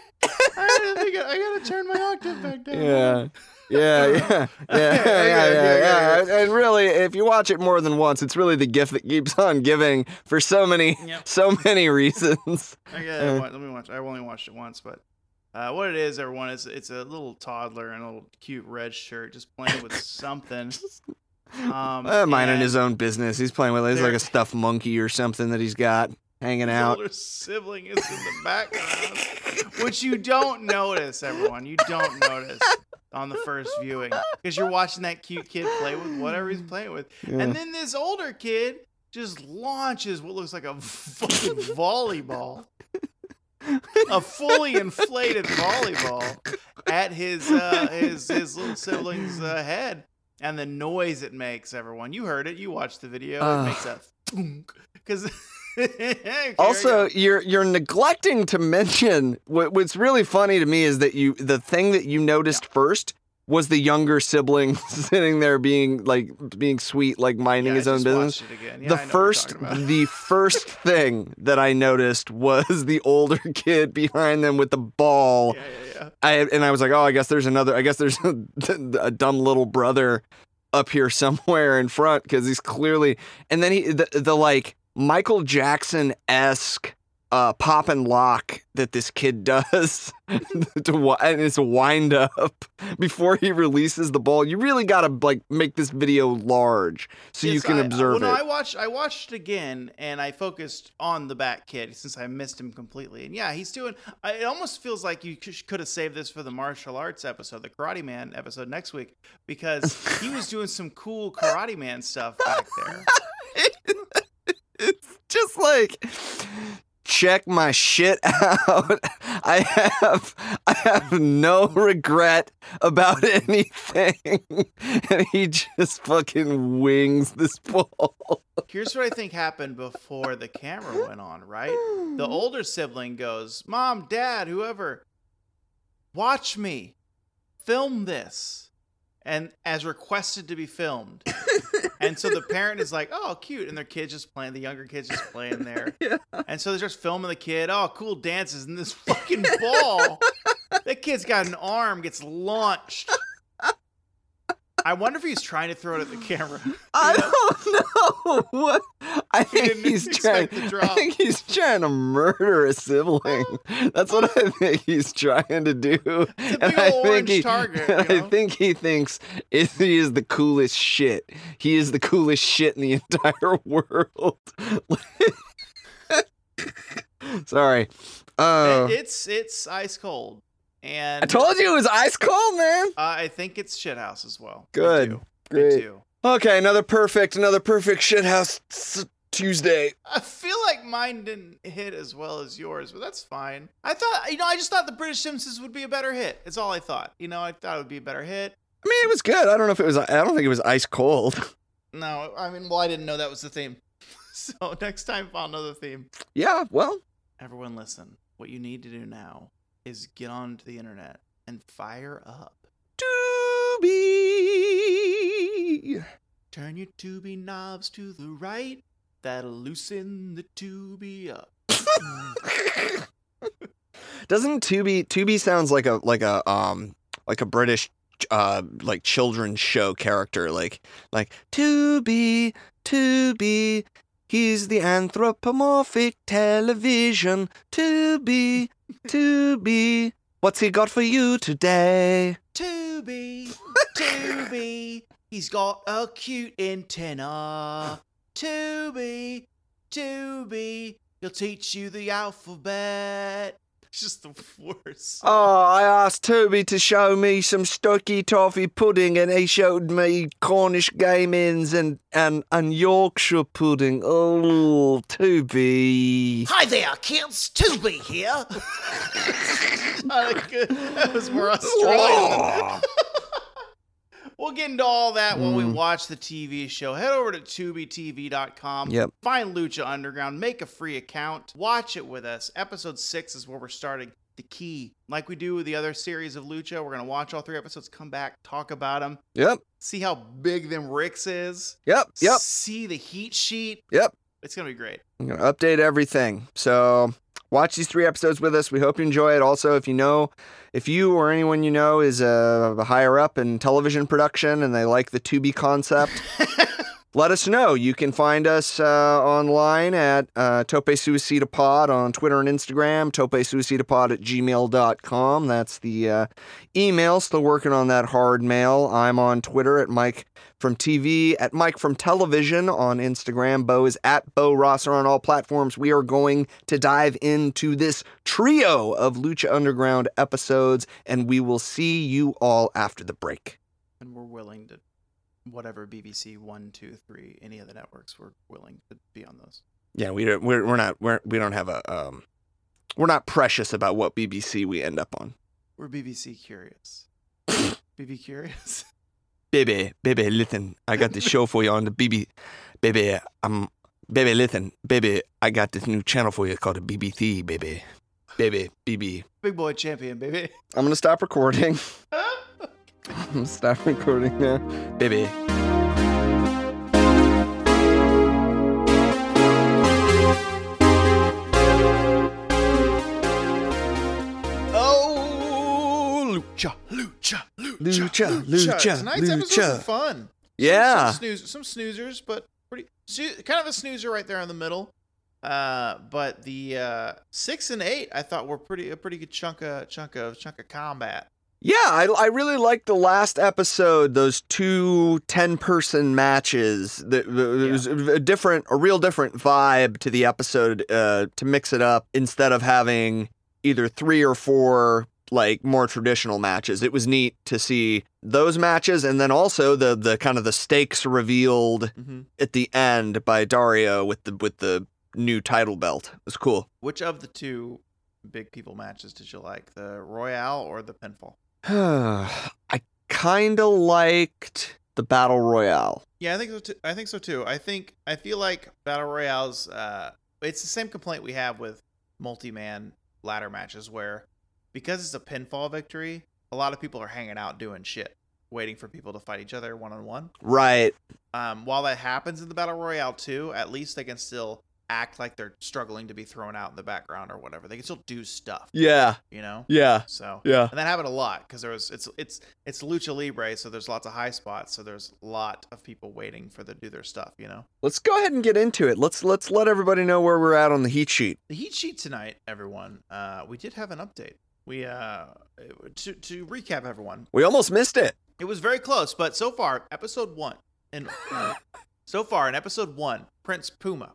Speaker 1: I, think I, I gotta turn my octave back down.
Speaker 2: Yeah.
Speaker 1: *laughs*
Speaker 2: Yeah, yeah, yeah, yeah,
Speaker 1: Okay,
Speaker 2: yeah,
Speaker 1: okay,
Speaker 2: yeah, And really, if you watch it more than once, it's really the gift that keeps *laughs* on giving for so many,
Speaker 1: Yep.
Speaker 2: so many reasons.
Speaker 1: Okay,
Speaker 2: Uh,
Speaker 1: wa- let me watch. I only watched it once, but uh, what it is, everyone, is it's a little toddler in a little cute red shirt just playing with
Speaker 2: *laughs*
Speaker 1: something. Um,
Speaker 2: Uh, minding
Speaker 1: and
Speaker 2: his own business. He's playing with it. He's
Speaker 1: There-
Speaker 2: like a stuffed monkey or something that he's got hanging
Speaker 1: his
Speaker 2: out.
Speaker 1: older sibling is in the background, which you don't notice, everyone. You don't notice on the first viewing because you're watching that cute kid play with whatever he's playing with, and then this older kid just launches what looks like a *laughs* fucking volleyball. a fully inflated volleyball at his uh, his his little sibling's uh, head, and the noise it makes. Everyone, you heard it. You watched the video.
Speaker 2: Ugh.
Speaker 1: it makes a *laughs* because.
Speaker 2: also, you're you're neglecting to mention what, what's really funny to me is that you the thing that you noticed first was the younger sibling *laughs* sitting there being like being sweet, like minding his own business. the first the
Speaker 1: *laughs*
Speaker 2: first thing that I noticed was the older *laughs* kid behind them with the ball.
Speaker 1: yeah, yeah, yeah.
Speaker 2: I and I was like, "Oh, I guess there's another I guess there's *laughs* a, a dumb little brother up here somewhere in front cuz he's clearly and then he the, the like Michael Jackson-esque uh, pop and lock that this kid *laughs* does to wi- and it's a wind up before he releases the ball. You really got to like make this video large so you
Speaker 1: Yes,
Speaker 2: can
Speaker 1: I-
Speaker 2: observe
Speaker 1: well,
Speaker 2: it.
Speaker 1: No, I watched. I watched it again, and I focused on the back kid since I missed him completely. And yeah, he's doing. I- It almost feels like you could have saved this for the martial arts episode, the Karate Man episode next week, because he was doing some cool Karate Man stuff back there.
Speaker 2: it's just like check my shit *laughs* out. I have I have no regret about *laughs* anything. And he just fucking wings this ball.
Speaker 1: Here's what I think happened before the camera went on, right? The older sibling goes, Mom, Dad, whoever, watch me. Film this. And as requested to be filmed. and so the parent is like, Oh, cute. And their kid's just playing, the younger kid's just playing there. And so they're just filming the kid. Oh, cool dances. And this fucking ball, that kid's got an arm, gets launched I wonder if he's trying to throw it at the camera.
Speaker 2: I don't know. What? I think
Speaker 1: didn't
Speaker 2: he's trying.
Speaker 1: expect the
Speaker 2: I
Speaker 1: drop.
Speaker 2: think he's trying to murder a sibling. That's what I think he's trying
Speaker 1: *laughs*
Speaker 2: to do.
Speaker 1: big
Speaker 2: And I
Speaker 1: ol'
Speaker 2: think
Speaker 1: orange
Speaker 2: he,
Speaker 1: target,
Speaker 2: and
Speaker 1: you
Speaker 2: *laughs* I
Speaker 1: know?
Speaker 2: think he thinks it, he is the coolest shit. He is the coolest shit in the *laughs* entire world. *laughs* Sorry. Uh,
Speaker 1: It- it's it's ice cold, and
Speaker 2: I told you it was ice cold, man.
Speaker 1: uh, I think it's shit house as well.
Speaker 2: Good.
Speaker 1: I do.
Speaker 2: Great.
Speaker 1: I do.
Speaker 2: Okay, another perfect, another perfect shithouse s- Tuesday.
Speaker 1: I feel like mine didn't hit as well as yours, but that's fine. I thought, you know, I just thought the British Simpsons would be a better hit. It's all I thought. You know, I thought it would be a better hit.
Speaker 2: I mean, it was good. I don't know if it was. I don't think it was ice cold. *laughs*
Speaker 1: No, I mean, well, I didn't know that was the theme. *laughs* so next time, I'll know the theme.
Speaker 2: Yeah. Well.
Speaker 1: Everyone, listen. What you need to do now is get onto the internet and fire up.
Speaker 2: To be.
Speaker 1: Turn your tubey knobs to the right. That'll loosen the tubey up.
Speaker 2: Doesn't Tubi Tubi sounds like a like a um like a British uh like children's show character like like Tubi Tubi he's the anthropomorphic television Tubi Tubi what's he got for you today
Speaker 1: Tooby, Tooby, he's got a cute antenna. Tooby, Tooby, he'll teach you the alphabet. It's just the worst.
Speaker 2: Oh, I asked Toby to show me some stocky toffee pudding, and he showed me Cornish game inns and, and, and Yorkshire pudding. Oh, Toby.
Speaker 1: Hi there, kids. Tooby here. *laughs* I like it. That was more Australian. than- We'll get into all that when we
Speaker 2: Mm.
Speaker 1: watch the TV show. Head over to TubiTV.com.
Speaker 2: Yep.
Speaker 1: Find Lucha Underground. Make a free account. Watch it with us. Episode six is where we're starting. The key, like we do with the other series of Lucha, we're gonna watch all three episodes, come back, talk about them,
Speaker 2: Yep,
Speaker 1: see how big them Ricks is,
Speaker 2: yep, yep,
Speaker 1: see the heat sheet.
Speaker 2: yep.
Speaker 1: It's gonna be great.
Speaker 2: I'm going to update everything. So watch these three episodes with us. We hope you enjoy it. Also, if you know, if you or anyone you know is uh, higher up in television production and they like the Tubi concept, let us know. You can find us uh, online at uh, Tope Suicida Pod on Twitter and Instagram, topesuicidapod at gmail.com. That's the uh, email. Still working on that hard mail. I'm on Twitter at Mike from TV, at Mike from Television on Instagram. Bo is at Bo Rosser on all platforms. We are going to dive into this trio of Lucha Underground episodes, and we will see you all after the break.
Speaker 1: and we're willing to whatever BBC one, two, three, any of the networks, we're willing to be on those.
Speaker 2: Yeah, we don't, we're, we're not we're, we don't have a um, we're not precious about what BBC we end up on.
Speaker 1: We're BBC curious.
Speaker 2: *laughs*
Speaker 1: BB curious.
Speaker 2: Baby, baby, listen, I got this show for you on the BB. Baby, um, baby, listen, baby, I got this new channel for you called the BBC, baby, baby, BB.
Speaker 1: Big boy champion, baby.
Speaker 2: I'm gonna stop recording. *laughs* I'm gonna stop recording now, baby.
Speaker 1: *laughs* oh, lucha, lucha, lucha,
Speaker 2: Lucha, lucha, Ah.
Speaker 1: Tonight's episode
Speaker 2: lucha.
Speaker 1: was fun.
Speaker 2: Yeah,
Speaker 1: Some, snooze, some snoozers, but pretty snoo- kind of a snoozer right there in the middle. Uh, but the uh, six and eight, I thought were pretty a pretty good chunk of chunk of chunk of combat.
Speaker 2: yeah. I, I really liked the last episode. Those two 10 person matches. That that- it was a different, a real different vibe to the episode. Uh, to mix it up instead of having either three or four like more traditional matches. It was neat to see those matches, and then also the the kind of the stakes revealed
Speaker 1: Mm-hmm.
Speaker 2: at the end by Dario with the with the new title belt. It was cool. *sighs*
Speaker 1: Which of the two big people matches did you like, the Royale or the Pinfall?
Speaker 2: I kind of liked the battle royale.
Speaker 1: Yeah, I think so. Too. I think so too. I think I feel like battle royales. Uh, it's the same complaint we have with multi-man ladder matches, where because it's a pinfall victory, a lot of people are hanging out doing shit, waiting for people to fight each other one on one.
Speaker 2: Right.
Speaker 1: Um, while that happens in the battle royale too, at least they can still act like they're struggling to be thrown out in the background or whatever. They can still do stuff,
Speaker 2: Yeah.
Speaker 1: you know.
Speaker 2: Yeah.
Speaker 1: So
Speaker 2: Yeah.
Speaker 1: and that happened a lot because there was it's it's it's lucha libre, so there's lots of high spots, so there's a lot of people waiting for the do their stuff, you know.
Speaker 2: Let's go ahead and get into it. Let's let's let everybody know where we're at on the heat sheet.
Speaker 1: The heat sheet tonight, everyone. Uh, we did have an update. We uh, to to recap, everyone.
Speaker 2: We almost missed it.
Speaker 1: It was very close, but so far, episode one, and so far in episode one, Prince Puma,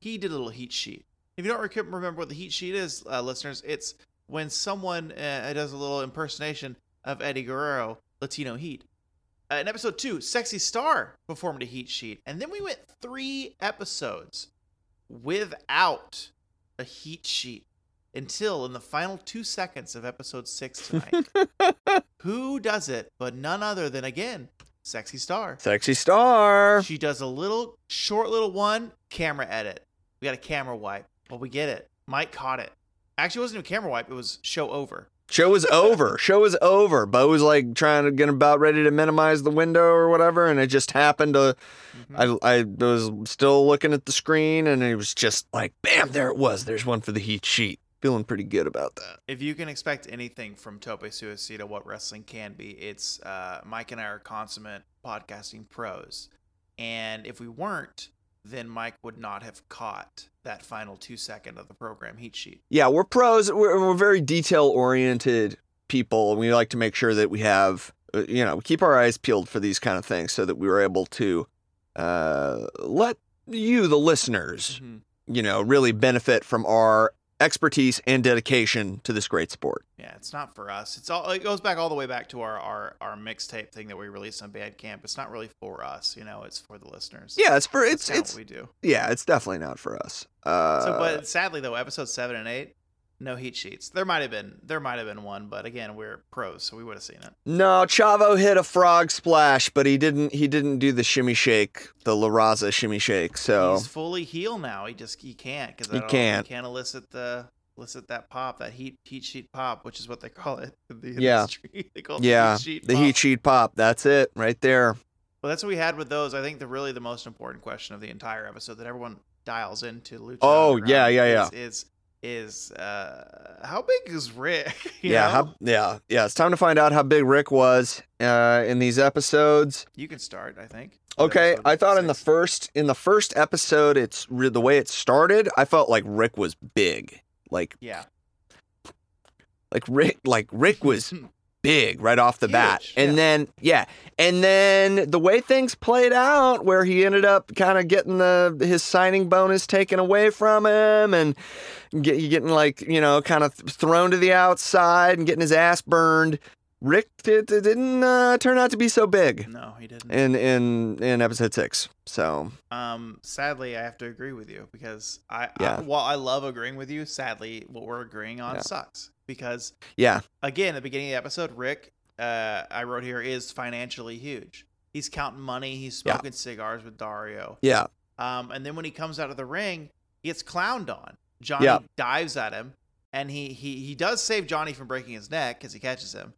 Speaker 1: he did a little heat sheet. If you don't rec- remember what the heat sheet is, uh, listeners, it's when someone uh, does a little impersonation of Eddie Guerrero, Latino Heat. Uh, in episode two, Sexy Star performed a heat sheet, and then we went three episodes without a heat sheet until in the final two seconds of episode six tonight. Who does it but none other than again, Sexy Star.
Speaker 2: Sexy star.
Speaker 1: She does a little short little one camera edit. We got a camera wipe. Well, we get it. Mike caught it. Actually, it wasn't a camera wipe. It was show over.
Speaker 2: Show is *laughs* over. Show is over. Bo was like trying to get about ready to minimize the window or whatever, and it just happened to.
Speaker 1: Uh,
Speaker 2: I, I was still looking at the screen, and it was just like, bam, there it was. There's one for the heat sheet. Feeling pretty good about that.
Speaker 1: If you can expect anything from Tope Suicida, what wrestling can be, it's uh, Mike and I are consummate podcasting pros. And if we weren't, then Mike would not have caught that final two second of the program heat sheet.
Speaker 2: Yeah, we're pros. We're, we're very detail oriented people, and we like to make sure that we have, uh, you know, we keep our eyes peeled for these kind of things so that we were able to uh, let you, the listeners,
Speaker 1: Mhm.
Speaker 2: you know, really benefit from our expertise and dedication to this great sport.
Speaker 1: Yeah, it's not for us. It's all it goes back all the way back to our our, our mixtape thing that we released on Bandcamp. It's not really for us, you know. It's for the listeners.
Speaker 2: Yeah, it's for
Speaker 1: That's
Speaker 2: it's
Speaker 1: kinda
Speaker 2: it's
Speaker 1: what we do.
Speaker 2: yeah, it's definitely not for us. Uh,
Speaker 1: So, but sadly though, episode seven and eight, no heat sheets. There might have been there might have been one, but again, we're pros, so we would have seen it.
Speaker 2: no, Chavo hit a frog splash, but he didn't. He didn't do the shimmy shake, the La Raza shimmy shake. So
Speaker 1: He's fully heel now. He just he can't because
Speaker 2: He
Speaker 1: can't
Speaker 2: can't.
Speaker 1: he can't elicit the elicit that pop that heat heat sheet pop, which is what they call it in the
Speaker 2: Yeah.
Speaker 1: industry. *laughs* They call it
Speaker 2: yeah,
Speaker 1: the heat sheet.
Speaker 2: the
Speaker 1: pop.
Speaker 2: heat sheet pop. That's it right there.
Speaker 1: Well, that's what we had with those. I think the really the most important question of the entire episode that everyone dials into Lucha.
Speaker 2: Oh,
Speaker 1: Underground
Speaker 2: yeah, yeah, yeah.
Speaker 1: Is is, is uh, how big is Rick? *laughs* You
Speaker 2: yeah,
Speaker 1: know?
Speaker 2: how, yeah, yeah. It's time to find out how big Rick was uh, in these episodes.
Speaker 1: you can start. I think. with
Speaker 2: Okay,
Speaker 1: episode
Speaker 2: I thought in the
Speaker 1: six.
Speaker 2: first in the first episode, it's re- the way it started. I felt like Rick was big, like
Speaker 1: yeah
Speaker 2: like Rick like Rick *laughs* was big right off the bat.
Speaker 1: Huge,
Speaker 2: And
Speaker 1: yeah.
Speaker 2: then yeah, and then the way things played out where he ended up kind of getting the his signing bonus taken away from him and get, getting like, you know, kind of thrown to the outside and getting his ass burned. Rick did, didn't uh, turn out to be so
Speaker 1: *laughs*
Speaker 2: big
Speaker 1: no, he didn't.
Speaker 2: in in in episode 6. So,
Speaker 1: Um, sadly, I have to agree with you because I, I
Speaker 2: Yeah.
Speaker 1: while I love agreeing with you, sadly, what we're agreeing on
Speaker 2: Yeah.
Speaker 1: sucks because
Speaker 2: yeah.
Speaker 1: again, at the beginning of the episode, Rick, uh, I wrote here is financially huge. He's counting money. He's
Speaker 2: Yeah.
Speaker 1: smoking cigars with Dario.
Speaker 2: Yeah.
Speaker 1: Um, and then when he comes out of the ring, he gets clowned on. Johnny
Speaker 2: Yeah.
Speaker 1: dives at him, and he he he does save Johnny from breaking his neck because he catches him.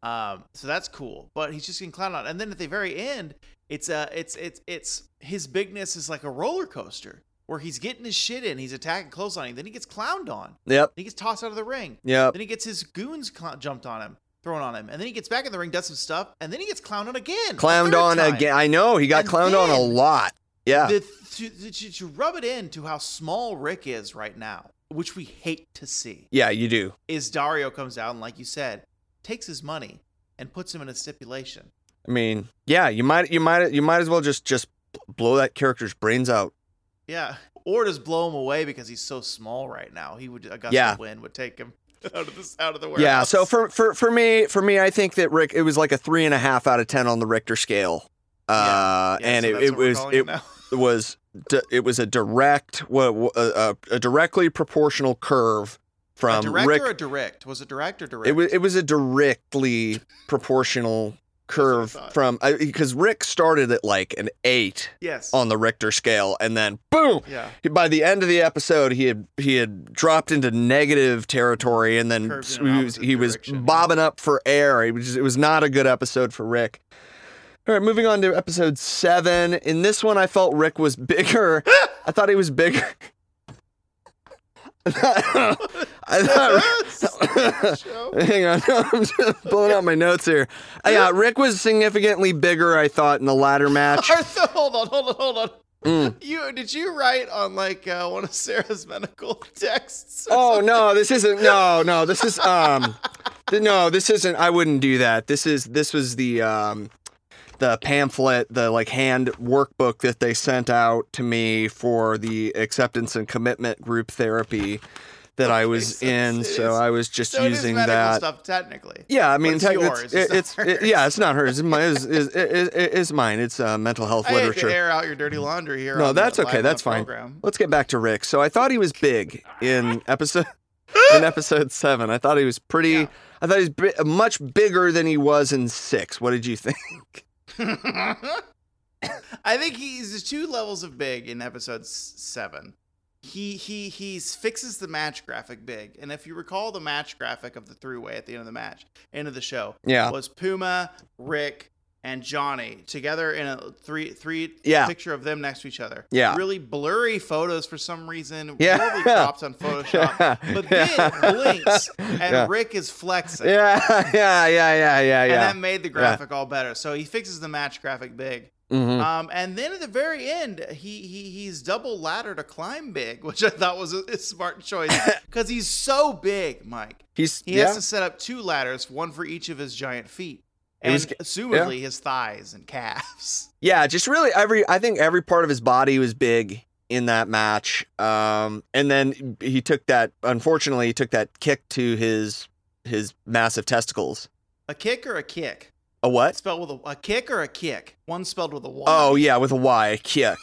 Speaker 1: Um, so that's cool. But he's just getting clowned on. And then at the very end, it's uh it's it's it's his bigness is like a roller coaster where he's getting his shit in, he's attacking clotheslining, then he gets clowned on,
Speaker 2: Yep.
Speaker 1: he gets tossed out of the ring.
Speaker 2: Yep.
Speaker 1: Then he gets his goons cl- jumped on him, thrown on him, and then he gets back in the ring, does some stuff, and then he gets clowned on again. a third
Speaker 2: Clowned on
Speaker 1: time.
Speaker 2: again. Ah. I know he got
Speaker 1: And
Speaker 2: clowned on a
Speaker 1: then-
Speaker 2: lot. Yeah.
Speaker 1: The- to, to- to rub it in to how small Rick is right now, which we hate to see,
Speaker 2: Yeah, you do.
Speaker 1: is Dario comes out and, like you said, takes his money and puts him in a stipulation.
Speaker 2: I mean, yeah, you might, you might, you might as well just just blow that character's brains out.
Speaker 1: Yeah, or just blow him away because he's so small right now. He would Augusta
Speaker 2: Yeah.
Speaker 1: Wynn would take him *laughs* out of this out of the warehouse.
Speaker 2: Yeah. So for for for me, for me, I think that Rick, it was like a three and a half out of ten on the Richter scale. Uh,
Speaker 1: Yeah,
Speaker 2: and
Speaker 1: so
Speaker 2: it,
Speaker 1: that's
Speaker 2: it
Speaker 1: what we're
Speaker 2: was
Speaker 1: calling
Speaker 2: it
Speaker 1: now.
Speaker 2: was di- it was a direct wa- wa- a, a, a directly proportional curve
Speaker 1: a
Speaker 2: from
Speaker 1: direct
Speaker 2: Rick.
Speaker 1: or a direct was it direct or direct?
Speaker 2: It was it was a directly
Speaker 1: *laughs*
Speaker 2: proportional curve
Speaker 1: thought.
Speaker 2: from because Rick started at like an eight
Speaker 1: yes.
Speaker 2: on the Richter scale, and then boom,
Speaker 1: yeah.
Speaker 2: He- by the end of the episode he had he had dropped into negative territory and then
Speaker 1: Curved in an
Speaker 2: he was,
Speaker 1: opposite
Speaker 2: he was
Speaker 1: direction, yeah.
Speaker 2: bobbing up for air it was just- it was not a good episode for rick
Speaker 1: *laughs*
Speaker 2: all right moving on to episode 7 in this one i felt rick was bigger I thought he was bigger. *laughs* I thought- I thought. *laughs* Hang on, I'm just pulling out my notes here. Yeah, Rick was significantly bigger. I thought in the
Speaker 1: *laughs*
Speaker 2: latter match.
Speaker 1: Arthur, hold on, hold on, hold on.
Speaker 2: Mm.
Speaker 1: You did you write on like uh, one of Sarah's medical *laughs* texts? or *laughs*
Speaker 2: Oh no, this isn't. No, no, this is um, th- no, this isn't. I wouldn't do that. This is this was the um, the pamphlet, the like hand workbook that they sent out to me for the acceptance and commitment group therapy that I was
Speaker 1: so
Speaker 2: in.
Speaker 1: it
Speaker 2: So
Speaker 1: is-
Speaker 2: I was just
Speaker 1: so it is
Speaker 2: using
Speaker 1: medical
Speaker 2: that.
Speaker 1: stuff technically.
Speaker 2: Yeah, I mean,
Speaker 1: it's
Speaker 2: tech-
Speaker 1: yours,
Speaker 2: it's,
Speaker 1: it's
Speaker 2: it-
Speaker 1: not
Speaker 2: it's, it- yeah, it's not hers. It's mine. It's, it's, it's, it's mine. It's uh, mental health
Speaker 1: I hate
Speaker 2: literature.
Speaker 1: to air out your dirty laundry here.
Speaker 2: No,
Speaker 1: on the-
Speaker 2: that's okay,
Speaker 1: live on
Speaker 2: that's
Speaker 1: the
Speaker 2: fine.
Speaker 1: Program.
Speaker 2: Let's get back to Rick. So I thought he was big in episode
Speaker 1: *gasps*
Speaker 2: in episode seven. I thought he was pretty.
Speaker 1: Yeah.
Speaker 2: I thought he was bi- much bigger than he was in six. What did you think?
Speaker 1: *laughs* I think he's there's two levels of big in episode s- seven. He he he's fixes the match graphic big, and if you recall the match graphic of the three way at the end of the match, end of the show,
Speaker 2: Yeah,
Speaker 1: was Puma, Rick, and Johnny together in a three three
Speaker 2: Yeah.
Speaker 1: picture of them next to each other.
Speaker 2: Yeah.
Speaker 1: Really blurry photos for some reason.
Speaker 2: Yeah. *laughs*
Speaker 1: Really cropped on Photoshop. But then
Speaker 2: Yeah.
Speaker 1: blinks and
Speaker 2: Yeah.
Speaker 1: Rick is flexing.
Speaker 2: *laughs* yeah, *laughs* yeah, yeah, yeah, yeah,
Speaker 1: And
Speaker 2: yeah.
Speaker 1: that made the graphic all better. So he fixes the match graphic big.
Speaker 2: Mhm.
Speaker 1: Um, and then at the very end, he, he he's double ladder to climb big, *laughs* which I thought was a, a smart
Speaker 2: *laughs*
Speaker 1: choice because he's so big, Mike.
Speaker 2: He's
Speaker 1: He
Speaker 2: yeah.
Speaker 1: has to set up two ladders, one for each of his giant feet,
Speaker 2: It
Speaker 1: and
Speaker 2: was-
Speaker 1: assumably his thighs and calves.
Speaker 2: Yeah, just really every I think every part of his body was big in that match. Um and then he took that unfortunately he took that kick to his his massive testicles.
Speaker 1: A kick or a kick?
Speaker 2: A what?
Speaker 1: Spelled with a, a kick or a kick? One spelled with a Y.
Speaker 2: Oh yeah, with a Y, a kick.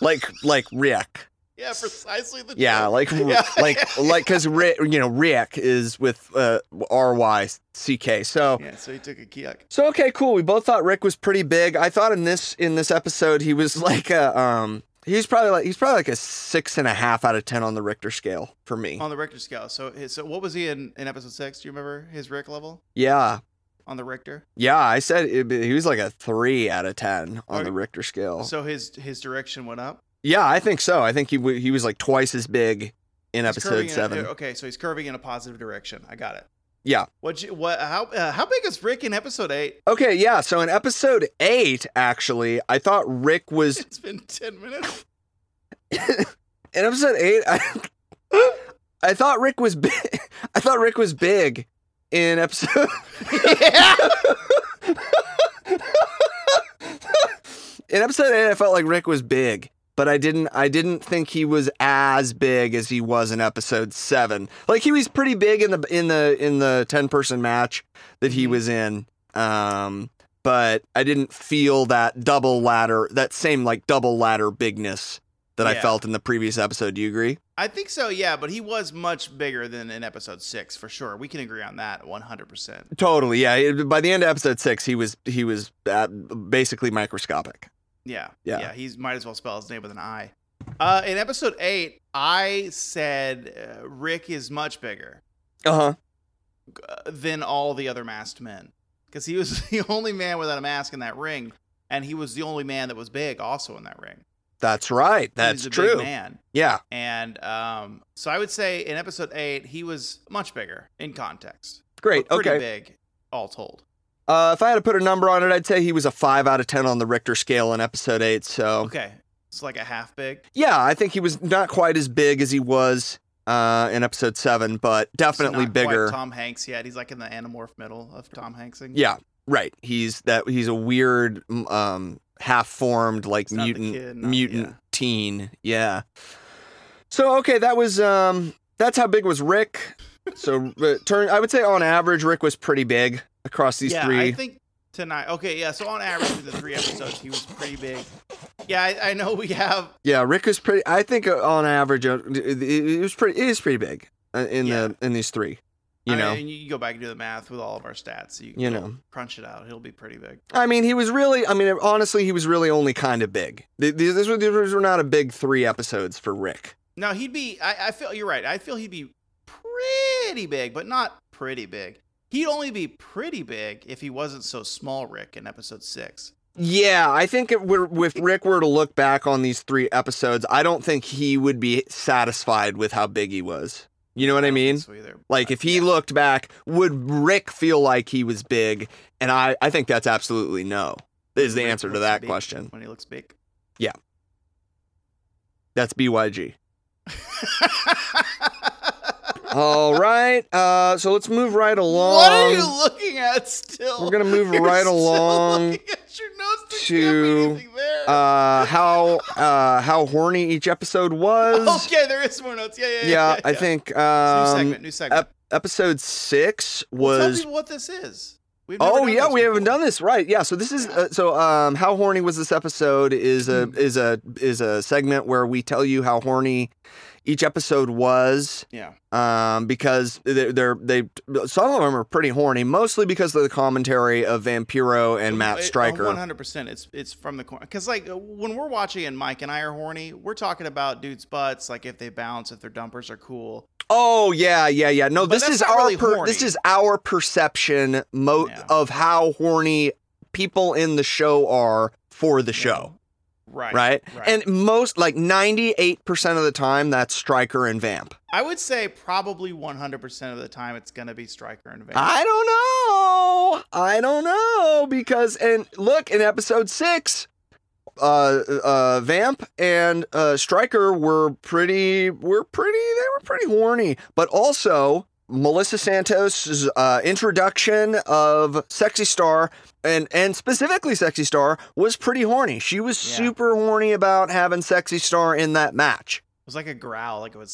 Speaker 2: like like Rick.
Speaker 1: yeah, precisely the *laughs*
Speaker 2: Yeah,
Speaker 1: joke.
Speaker 2: like
Speaker 1: Yeah.
Speaker 2: like like cuz Rick, you know, Rick is with uh R Y C K. So
Speaker 1: yeah. So he took a kick.
Speaker 2: So okay, cool. We both thought Rick was pretty big. I thought in this in this episode he was *laughs* like a um he's probably like he's probably like a six and a half out of ten on the Richter scale for me.
Speaker 1: On the Richter scale, so his, so what was he in, in episode six? Do you remember his Rick level
Speaker 2: Yeah.
Speaker 1: on the Richter?
Speaker 2: Yeah, I said it, he was like a three out of ten on the Richter scale.
Speaker 1: So his his direction went up.
Speaker 2: yeah, I think so. I think he w- he was like twice as big in
Speaker 1: He's curving
Speaker 2: episode
Speaker 1: in a-
Speaker 2: seven.
Speaker 1: okay, so he's curving in a positive direction. I got it.
Speaker 2: Yeah.
Speaker 1: What you, what how uh, how big is Rick in episode eight? *laughs*
Speaker 2: okay, yeah. So in episode eight, actually, I thought Rick was
Speaker 1: It's been ten minutes.
Speaker 2: in episode eight, I, I thought Rick was big. *laughs* I thought Rick was big in episode. *laughs* in episode eight, I felt like Rick was big, but I didn't. I didn't think he was as big as he was in episode seven. Like he was pretty big in the in the in the ten person match that he was in. Um, but I didn't feel that double ladder, that same like double ladder bigness that I
Speaker 1: Yeah.
Speaker 2: felt in the previous episode. Do you agree?
Speaker 1: I think so, yeah, but he was much bigger than in episode six for sure. We can agree on that one hundred percent.
Speaker 2: Totally. Yeah. It- by the end of episode six, he was he was uh, basically microscopic.
Speaker 1: Yeah,
Speaker 2: Yeah.
Speaker 1: yeah. He might as well spell his name with an I. Uh, in episode eight, I said uh, Rick is much bigger
Speaker 2: Uh huh.
Speaker 1: uh, than all the other masked men because he was *laughs* the only man without a mask in that ring, and he was the only man that was big also in that ring.
Speaker 2: That's right.
Speaker 1: He was
Speaker 2: That's
Speaker 1: a big
Speaker 2: true.
Speaker 1: man.
Speaker 2: Yeah.
Speaker 1: And um, so I would say in episode eight, he was much bigger in context.
Speaker 2: Great.
Speaker 1: But pretty
Speaker 2: Okay.
Speaker 1: big, all told.
Speaker 2: Uh, if I had to put a number on it, I'd say he was a five out of ten on the Richter scale in episode eight. So
Speaker 1: Okay. It's like a half big.
Speaker 2: yeah, I think he was not quite as big as he was uh, in episode seven, but
Speaker 1: He's
Speaker 2: definitely
Speaker 1: not quite
Speaker 2: bigger.
Speaker 1: Tom Hanks yet. He's like in the anamorph middle of Tom Hanksing.
Speaker 2: Yeah, right. He's that. He's a weird, mm, um, half-formed like
Speaker 1: He's not the
Speaker 2: mutant,
Speaker 1: kid, not-
Speaker 2: mutant
Speaker 1: yeah.
Speaker 2: teen. Yeah. So okay, that was um. That's how big was Rick. So uh, turn. I would say on average, Rick was pretty big across these
Speaker 1: yeah,
Speaker 2: three.
Speaker 1: I think tonight. Okay, yeah. So on average, for the three episodes, he was pretty big. Yeah, I, I know we have.
Speaker 2: yeah, Rick was pretty. I think uh, on average, uh, it, it was pretty. It is pretty big uh, in the in these three. You
Speaker 1: I
Speaker 2: know.
Speaker 1: mean, you can go back and do the math with all of our stats. So you can
Speaker 2: you know.
Speaker 1: crunch it out. He'll be pretty big.
Speaker 2: I mean, he was really. I mean, honestly, he was really only kind of big. Th- These, these, were, these were not a big three episodes for Rick.
Speaker 1: No, he'd be. I, I feel you're right. I feel he'd be pretty big, but not pretty big. He'd only be pretty big if he wasn't so small, Rick, in episode six.
Speaker 2: Yeah, I think if, we're, if Rick were to look back on these three episodes, I don't think he would be satisfied with how big he was. You know what I mean?
Speaker 1: So either.
Speaker 2: Like if he looked back, would Rick feel like he was big? And I, I think that's absolutely no. Is the
Speaker 1: Rick
Speaker 2: answer to
Speaker 1: looks
Speaker 2: that
Speaker 1: big
Speaker 2: question.
Speaker 1: When he looks big.
Speaker 2: That's BYG. All right. Uh, so let's move right along.
Speaker 1: what are you looking at still?
Speaker 2: We're gonna
Speaker 1: *laughs*
Speaker 2: move
Speaker 1: You're
Speaker 2: right
Speaker 1: still
Speaker 2: along
Speaker 1: looking at your notes. There can't be
Speaker 2: to,
Speaker 1: anything there.
Speaker 2: uh, how uh, how horny
Speaker 1: *laughs*
Speaker 2: each episode was.
Speaker 1: okay, there is more notes. Yeah, yeah, yeah.
Speaker 2: Yeah,
Speaker 1: yeah,
Speaker 2: I
Speaker 1: yeah.
Speaker 2: think
Speaker 1: New
Speaker 2: um,
Speaker 1: segment. New segment.
Speaker 2: ep- episode six
Speaker 1: Well, tell
Speaker 2: was
Speaker 1: people what this is. We've never
Speaker 2: Oh
Speaker 1: done
Speaker 2: yeah,
Speaker 1: this
Speaker 2: we haven't
Speaker 1: before.
Speaker 2: done this right. Yeah, so this is uh, so um, how horny was this episode is a
Speaker 1: Hmm.
Speaker 2: is a is a segment where we tell you how horny each episode was
Speaker 1: Yeah,
Speaker 2: um, because they're, they're they some of them are pretty horny, mostly because of the commentary of Vampiro and
Speaker 1: uh,
Speaker 2: Matt
Speaker 1: One
Speaker 2: Stryker.
Speaker 1: hundred percent. It's it's from the corner because like when we're watching and Mike and I are horny, we're talking about dudes' butts, like if they bounce, if their dumpers are cool.
Speaker 2: Oh yeah, yeah, yeah. No,
Speaker 1: But
Speaker 2: this
Speaker 1: that's
Speaker 2: is
Speaker 1: not
Speaker 2: our
Speaker 1: really
Speaker 2: per-
Speaker 1: horny.
Speaker 2: this is our perception mo-
Speaker 1: Yeah.
Speaker 2: of how horny people in the show are for the
Speaker 1: Yeah.
Speaker 2: show.
Speaker 1: Right.
Speaker 2: right?
Speaker 1: right.
Speaker 2: And most, like 98% of the time, that's Striker and Vamp.
Speaker 1: I would say probably one hundred percent of the time it's gonna be Striker and Van.
Speaker 2: I don't know. I don't know because, and look, in episode six, uh, uh, Vamp and uh, Striker were pretty, were pretty, they were pretty horny. But also, Melissa Santos' uh, introduction of Sexy Star and and specifically Sexy Star was pretty horny. She was
Speaker 1: Yeah.
Speaker 2: super horny about having Sexy Star in that match.
Speaker 1: It was like a growl, like it was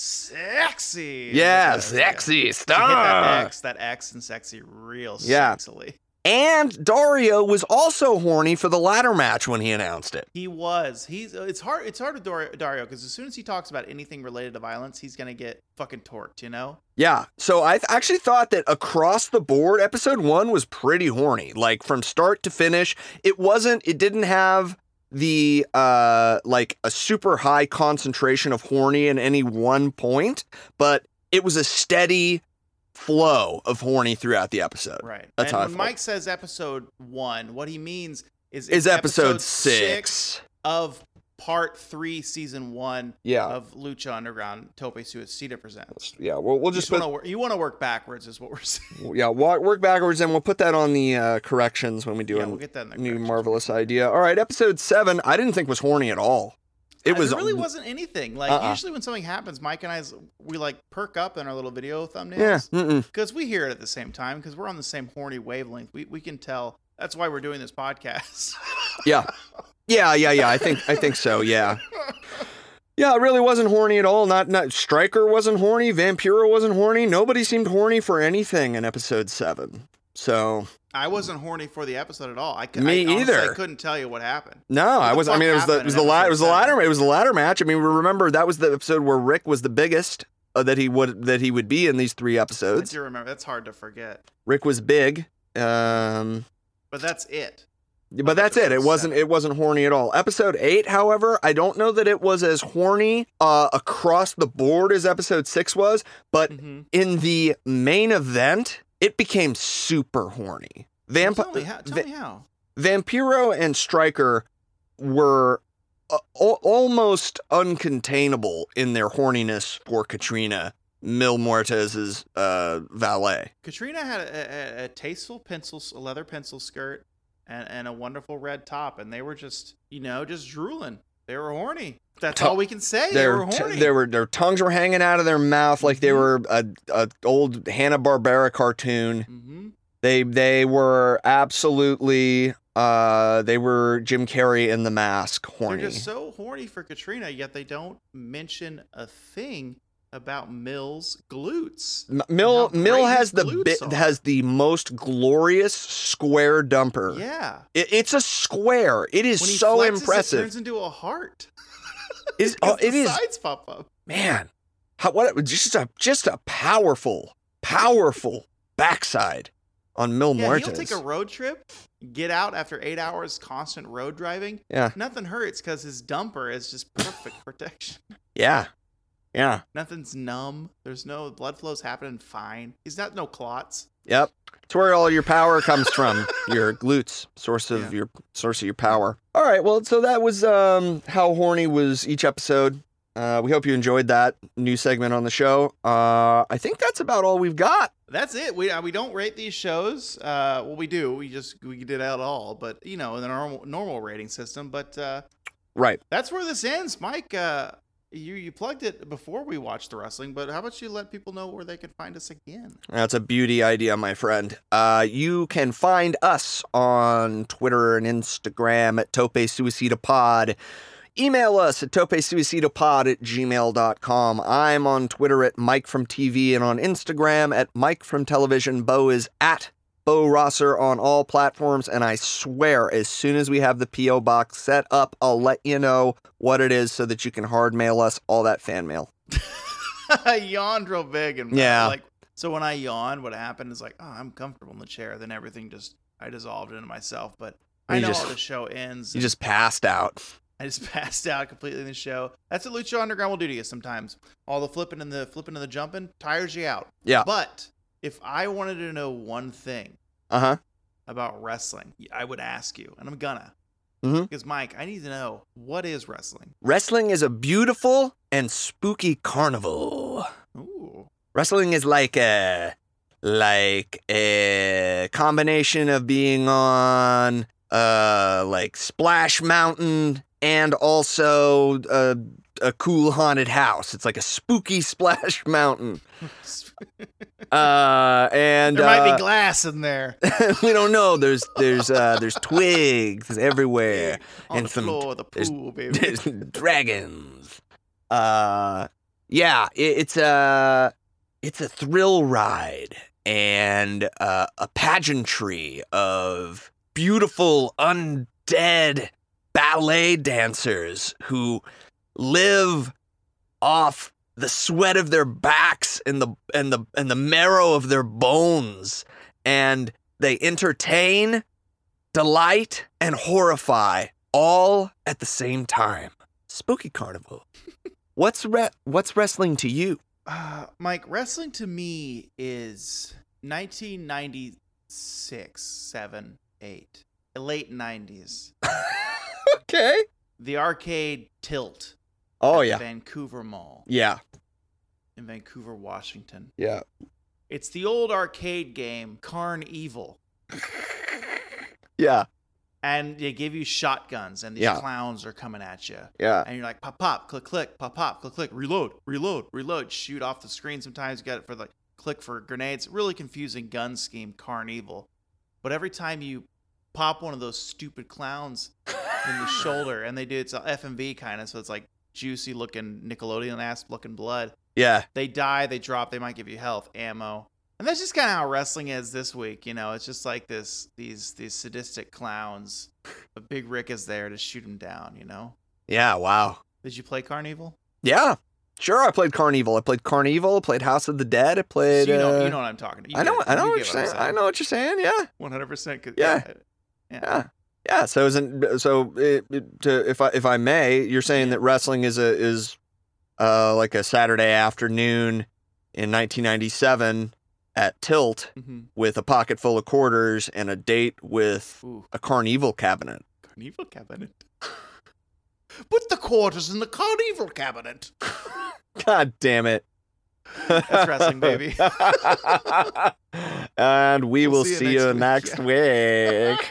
Speaker 1: sexy.
Speaker 2: Yeah,
Speaker 1: Like, uh,
Speaker 2: sexy
Speaker 1: She hit that
Speaker 2: star.
Speaker 1: X, that X and sexy real
Speaker 2: Yeah.
Speaker 1: sexily.
Speaker 2: And Dario was also horny for the ladder match when he announced it.
Speaker 1: He was. He's. uh, It's hard. It's hard with Dar- Dario because as soon as he talks about anything related to violence, he's gonna get fucking torqued. You know.
Speaker 2: Yeah, so I th- actually thought that across the board, episode one was pretty horny. Like from start to finish, it wasn't. It didn't have the uh like a super high concentration of horny in any one point, but it was a steady flow of horny throughout the episode.
Speaker 1: Right.
Speaker 2: Uh, That's
Speaker 1: and
Speaker 2: how I
Speaker 1: when
Speaker 2: felt.
Speaker 1: Mike says episode one, what he means is
Speaker 2: Is
Speaker 1: it's
Speaker 2: episode, six?
Speaker 1: of part three, season one
Speaker 2: Yeah,
Speaker 1: of Lucha Underground. Tope Suicida presents.
Speaker 2: yeah. We'll,
Speaker 1: You
Speaker 2: we'll just
Speaker 1: just
Speaker 2: put
Speaker 1: want to work. You want to work backwards, is what we're *laughs* saying.
Speaker 2: Yeah, walk, work backwards, and we'll put that on the uh, corrections when we do
Speaker 1: yeah,
Speaker 2: a
Speaker 1: we'll get that in the
Speaker 2: new
Speaker 1: corrections.
Speaker 2: marvelous idea. All right, episode seven. I didn't think was horny at all. It
Speaker 1: Uh,
Speaker 2: was
Speaker 1: there really wasn't anything. Like
Speaker 2: Uh-uh.
Speaker 1: usually when something happens, Mike and I we like perk up in our little video
Speaker 2: Yeah.
Speaker 1: thumbnails
Speaker 2: Mm-mm.
Speaker 1: because we hear it at the same time because we're on the same horny wavelength. We we can tell. That's why we're doing this podcast. *laughs*
Speaker 2: Yeah. Yeah. Yeah. Yeah. I think. I think so. Yeah. Yeah. It really wasn't horny at all. Not. Not. Striker wasn't horny. Vampiro wasn't horny. Nobody seemed horny for anything in episode seven. So
Speaker 1: I wasn't horny for the episode at all. I, cou-
Speaker 2: Me
Speaker 1: I honestly,
Speaker 2: either.
Speaker 1: I couldn't tell you what happened.
Speaker 2: no, I
Speaker 1: the
Speaker 2: was. I
Speaker 1: fuck
Speaker 2: mean, it was the.
Speaker 1: happened
Speaker 2: It was
Speaker 1: in
Speaker 2: the, la- it
Speaker 1: episode
Speaker 2: was the ladder.
Speaker 1: seven?
Speaker 2: It was the ladder match. I mean, remember that was the episode where Rick was the biggest uh, that he would that he would be in these three
Speaker 1: I
Speaker 2: episodes.
Speaker 1: do remember. That's hard to forget.
Speaker 2: Rick was big. Um,
Speaker 1: But that's it.
Speaker 2: but that's it. It wasn't. It wasn't horny at all. Episode eight, however, I don't know that it was as horny uh, across the board as episode six was, but
Speaker 1: Mm-hmm.
Speaker 2: in the main event, it became super horny. Vamp-
Speaker 1: tell me how. Tell
Speaker 2: Va-
Speaker 1: me how.
Speaker 2: Vampiro and Striker were uh, al- almost uncontainable in their horniness for Katrina Mil Muertes's uh, valet.
Speaker 1: Katrina had a, a, a tasteful pencil, a leather pencil skirt, and, and a wonderful red top, and they were just, you know, just drooling. They were horny. That's
Speaker 2: To-
Speaker 1: all we can say. They
Speaker 2: their
Speaker 1: were
Speaker 2: t-
Speaker 1: horny.
Speaker 2: there were their tongues were hanging out of their mouth like they
Speaker 1: Mhm.
Speaker 2: were a, a old Hanna Barbera cartoon.
Speaker 1: hmm
Speaker 2: They they were absolutely uh they were Jim Carrey in the mask
Speaker 1: They're
Speaker 2: horny.
Speaker 1: just so horny for Katrina, yet they don't mention a thing about Mill's glutes.
Speaker 2: M-
Speaker 1: how
Speaker 2: Mill
Speaker 1: great
Speaker 2: Mill
Speaker 1: his
Speaker 2: has the
Speaker 1: glutes
Speaker 2: bit
Speaker 1: are.
Speaker 2: has the most glorious square dumper.
Speaker 1: Yeah.
Speaker 2: It, it's a square. It is
Speaker 1: When he
Speaker 2: so
Speaker 1: flexes, It
Speaker 2: impressive.
Speaker 1: turns into a heart. *laughs*
Speaker 2: It's, oh,
Speaker 1: because
Speaker 2: it
Speaker 1: the
Speaker 2: is
Speaker 1: Sides pop up.
Speaker 2: man. How, what just a just a powerful powerful backside on Mill
Speaker 1: Yeah,
Speaker 2: Muertes.
Speaker 1: he'll take a road trip, get out after eight hours constant road driving.
Speaker 2: Yeah.
Speaker 1: Nothing hurts because his dumper is just perfect *laughs* protection.
Speaker 2: Yeah. Yeah.
Speaker 1: Nothing's numb. There's no blood flows happening fine. He's not no clots.
Speaker 2: Yep. It's where all your power comes from. your glutes, source of
Speaker 1: Yeah.
Speaker 2: your source of your power. All right. Well, so that was um, how horny was each episode. Uh, we hope you enjoyed that new segment on the show. Uh, I think that's about all we've got.
Speaker 1: That's it. We uh, we don't rate these shows. Uh, well, we do. We just we did out all, but you know, in the normal normal rating system. But uh,
Speaker 2: Right.
Speaker 1: that's where this ends, Mike. Uh, you you plugged it before we watched the wrestling, but how about you let people know where they can find us again?
Speaker 2: That's a beauty idea, my friend. Uh, you can find us on Twitter and Instagram at Tope Suicida Pod. Email us at topesuicidapod at gmail.com. I'm on Twitter at Mike from TV and on Instagram at Mike from Television. Bo is at Bo Rosser on all platforms. And I swear, as soon as we have the P.O. box set up, I'll let you know what it is so that you can hard mail us all that fan mail.
Speaker 1: *laughs* I yawned real big and
Speaker 2: Yeah.
Speaker 1: like so when I yawned, what happened is like, oh, I'm comfortable in the chair. Then everything just I dissolved into myself. But I
Speaker 2: You
Speaker 1: know
Speaker 2: just-
Speaker 1: how the show ends.
Speaker 2: You
Speaker 1: and
Speaker 2: just passed out.
Speaker 1: *laughs* I just passed out completely in the show. That's what Lucha Underground will do to you sometimes. All the flipping and the flipping and the jumping tires you out.
Speaker 2: Yeah.
Speaker 1: But if I wanted to know one thing
Speaker 2: Uh huh.
Speaker 1: about wrestling, I would ask you, and I'm gonna.
Speaker 2: Mhm.
Speaker 1: Because Mike, I need to know what is wrestling.
Speaker 2: Wrestling is a beautiful and spooky carnival.
Speaker 1: Ooh. *laughs*
Speaker 2: Wrestling is like a like a combination of being on uh like Splash Mountain and also a, a cool haunted house. It's like a spooky *laughs* Splash Mountain. Uh and
Speaker 1: there might
Speaker 2: uh,
Speaker 1: be glass in there.
Speaker 2: *laughs* we don't know. There's there's uh there's twigs everywhere.
Speaker 1: On
Speaker 2: and
Speaker 1: the
Speaker 2: some-
Speaker 1: floor of the
Speaker 2: there's-
Speaker 1: pool, baby.
Speaker 2: *laughs* There's dragons. Uh, yeah, it, it's a it's a thrill ride and uh, a pageantry of beautiful undead ballet dancers who live off the sweat of their backs and the and the and the marrow of their bones and they entertain delight and horrify all at the same time. Spooky Carnival. what's re- what's wrestling to you?
Speaker 1: Uh, Mike, wrestling to me is 1996, 7, 8, late 90s.
Speaker 2: *laughs* Okay.
Speaker 1: The arcade tilt.
Speaker 2: Oh
Speaker 1: at the
Speaker 2: yeah.
Speaker 1: Vancouver Mall
Speaker 2: Yeah.
Speaker 1: in Vancouver, Washington.
Speaker 2: Yeah.
Speaker 1: It's the old arcade game Carnival,
Speaker 2: Yeah.
Speaker 1: and they give you shotguns, and these
Speaker 2: Yeah.
Speaker 1: clowns are coming at you.
Speaker 2: Yeah.
Speaker 1: And you're like pop, pop, click, click, pop, pop, click, click, reload, reload, reload, shoot off the screen. Sometimes you got it for like click for grenades. Really confusing gun scheme, Carnival. But every time you pop one of those stupid clowns in the shoulder, and they do it's a FMV kind of, so it's like juicy looking Nickelodeon ass looking blood.
Speaker 2: Yeah.
Speaker 1: they die, they drop, they might give you health, ammo. And that's just kind of how wrestling is this week, you know. It's just like this these these sadistic clowns, but Big Rick is there to shoot him down, you know.
Speaker 2: Yeah. Wow.
Speaker 1: Did you play Carnival?
Speaker 2: Yeah. Sure, I played Carnival. I played Carnival. I played House of the Dead. I played.
Speaker 1: So you know,
Speaker 2: uh,
Speaker 1: you know what I'm talking about.
Speaker 2: I know. I know what you're saying. I know what you're saying. Yeah.
Speaker 1: 100. percent uh,
Speaker 2: Yeah. Yeah. Yeah. So isn't so it, it- to, if I if I may, you're saying that wrestling is a is uh like a Saturday afternoon in 1997 at Tilt
Speaker 1: hmm
Speaker 2: with a pocket full of quarters and a date with
Speaker 1: Ooh,
Speaker 2: a carnival cabinet. *laughs*
Speaker 1: Carnival cabinet. *laughs* Put the quarters in the Carnival cabinet.
Speaker 2: God damn it.
Speaker 1: That's wrestling, baby.
Speaker 2: *laughs* and we
Speaker 1: We'll
Speaker 2: will
Speaker 1: see you
Speaker 2: see you
Speaker 1: next
Speaker 2: next week.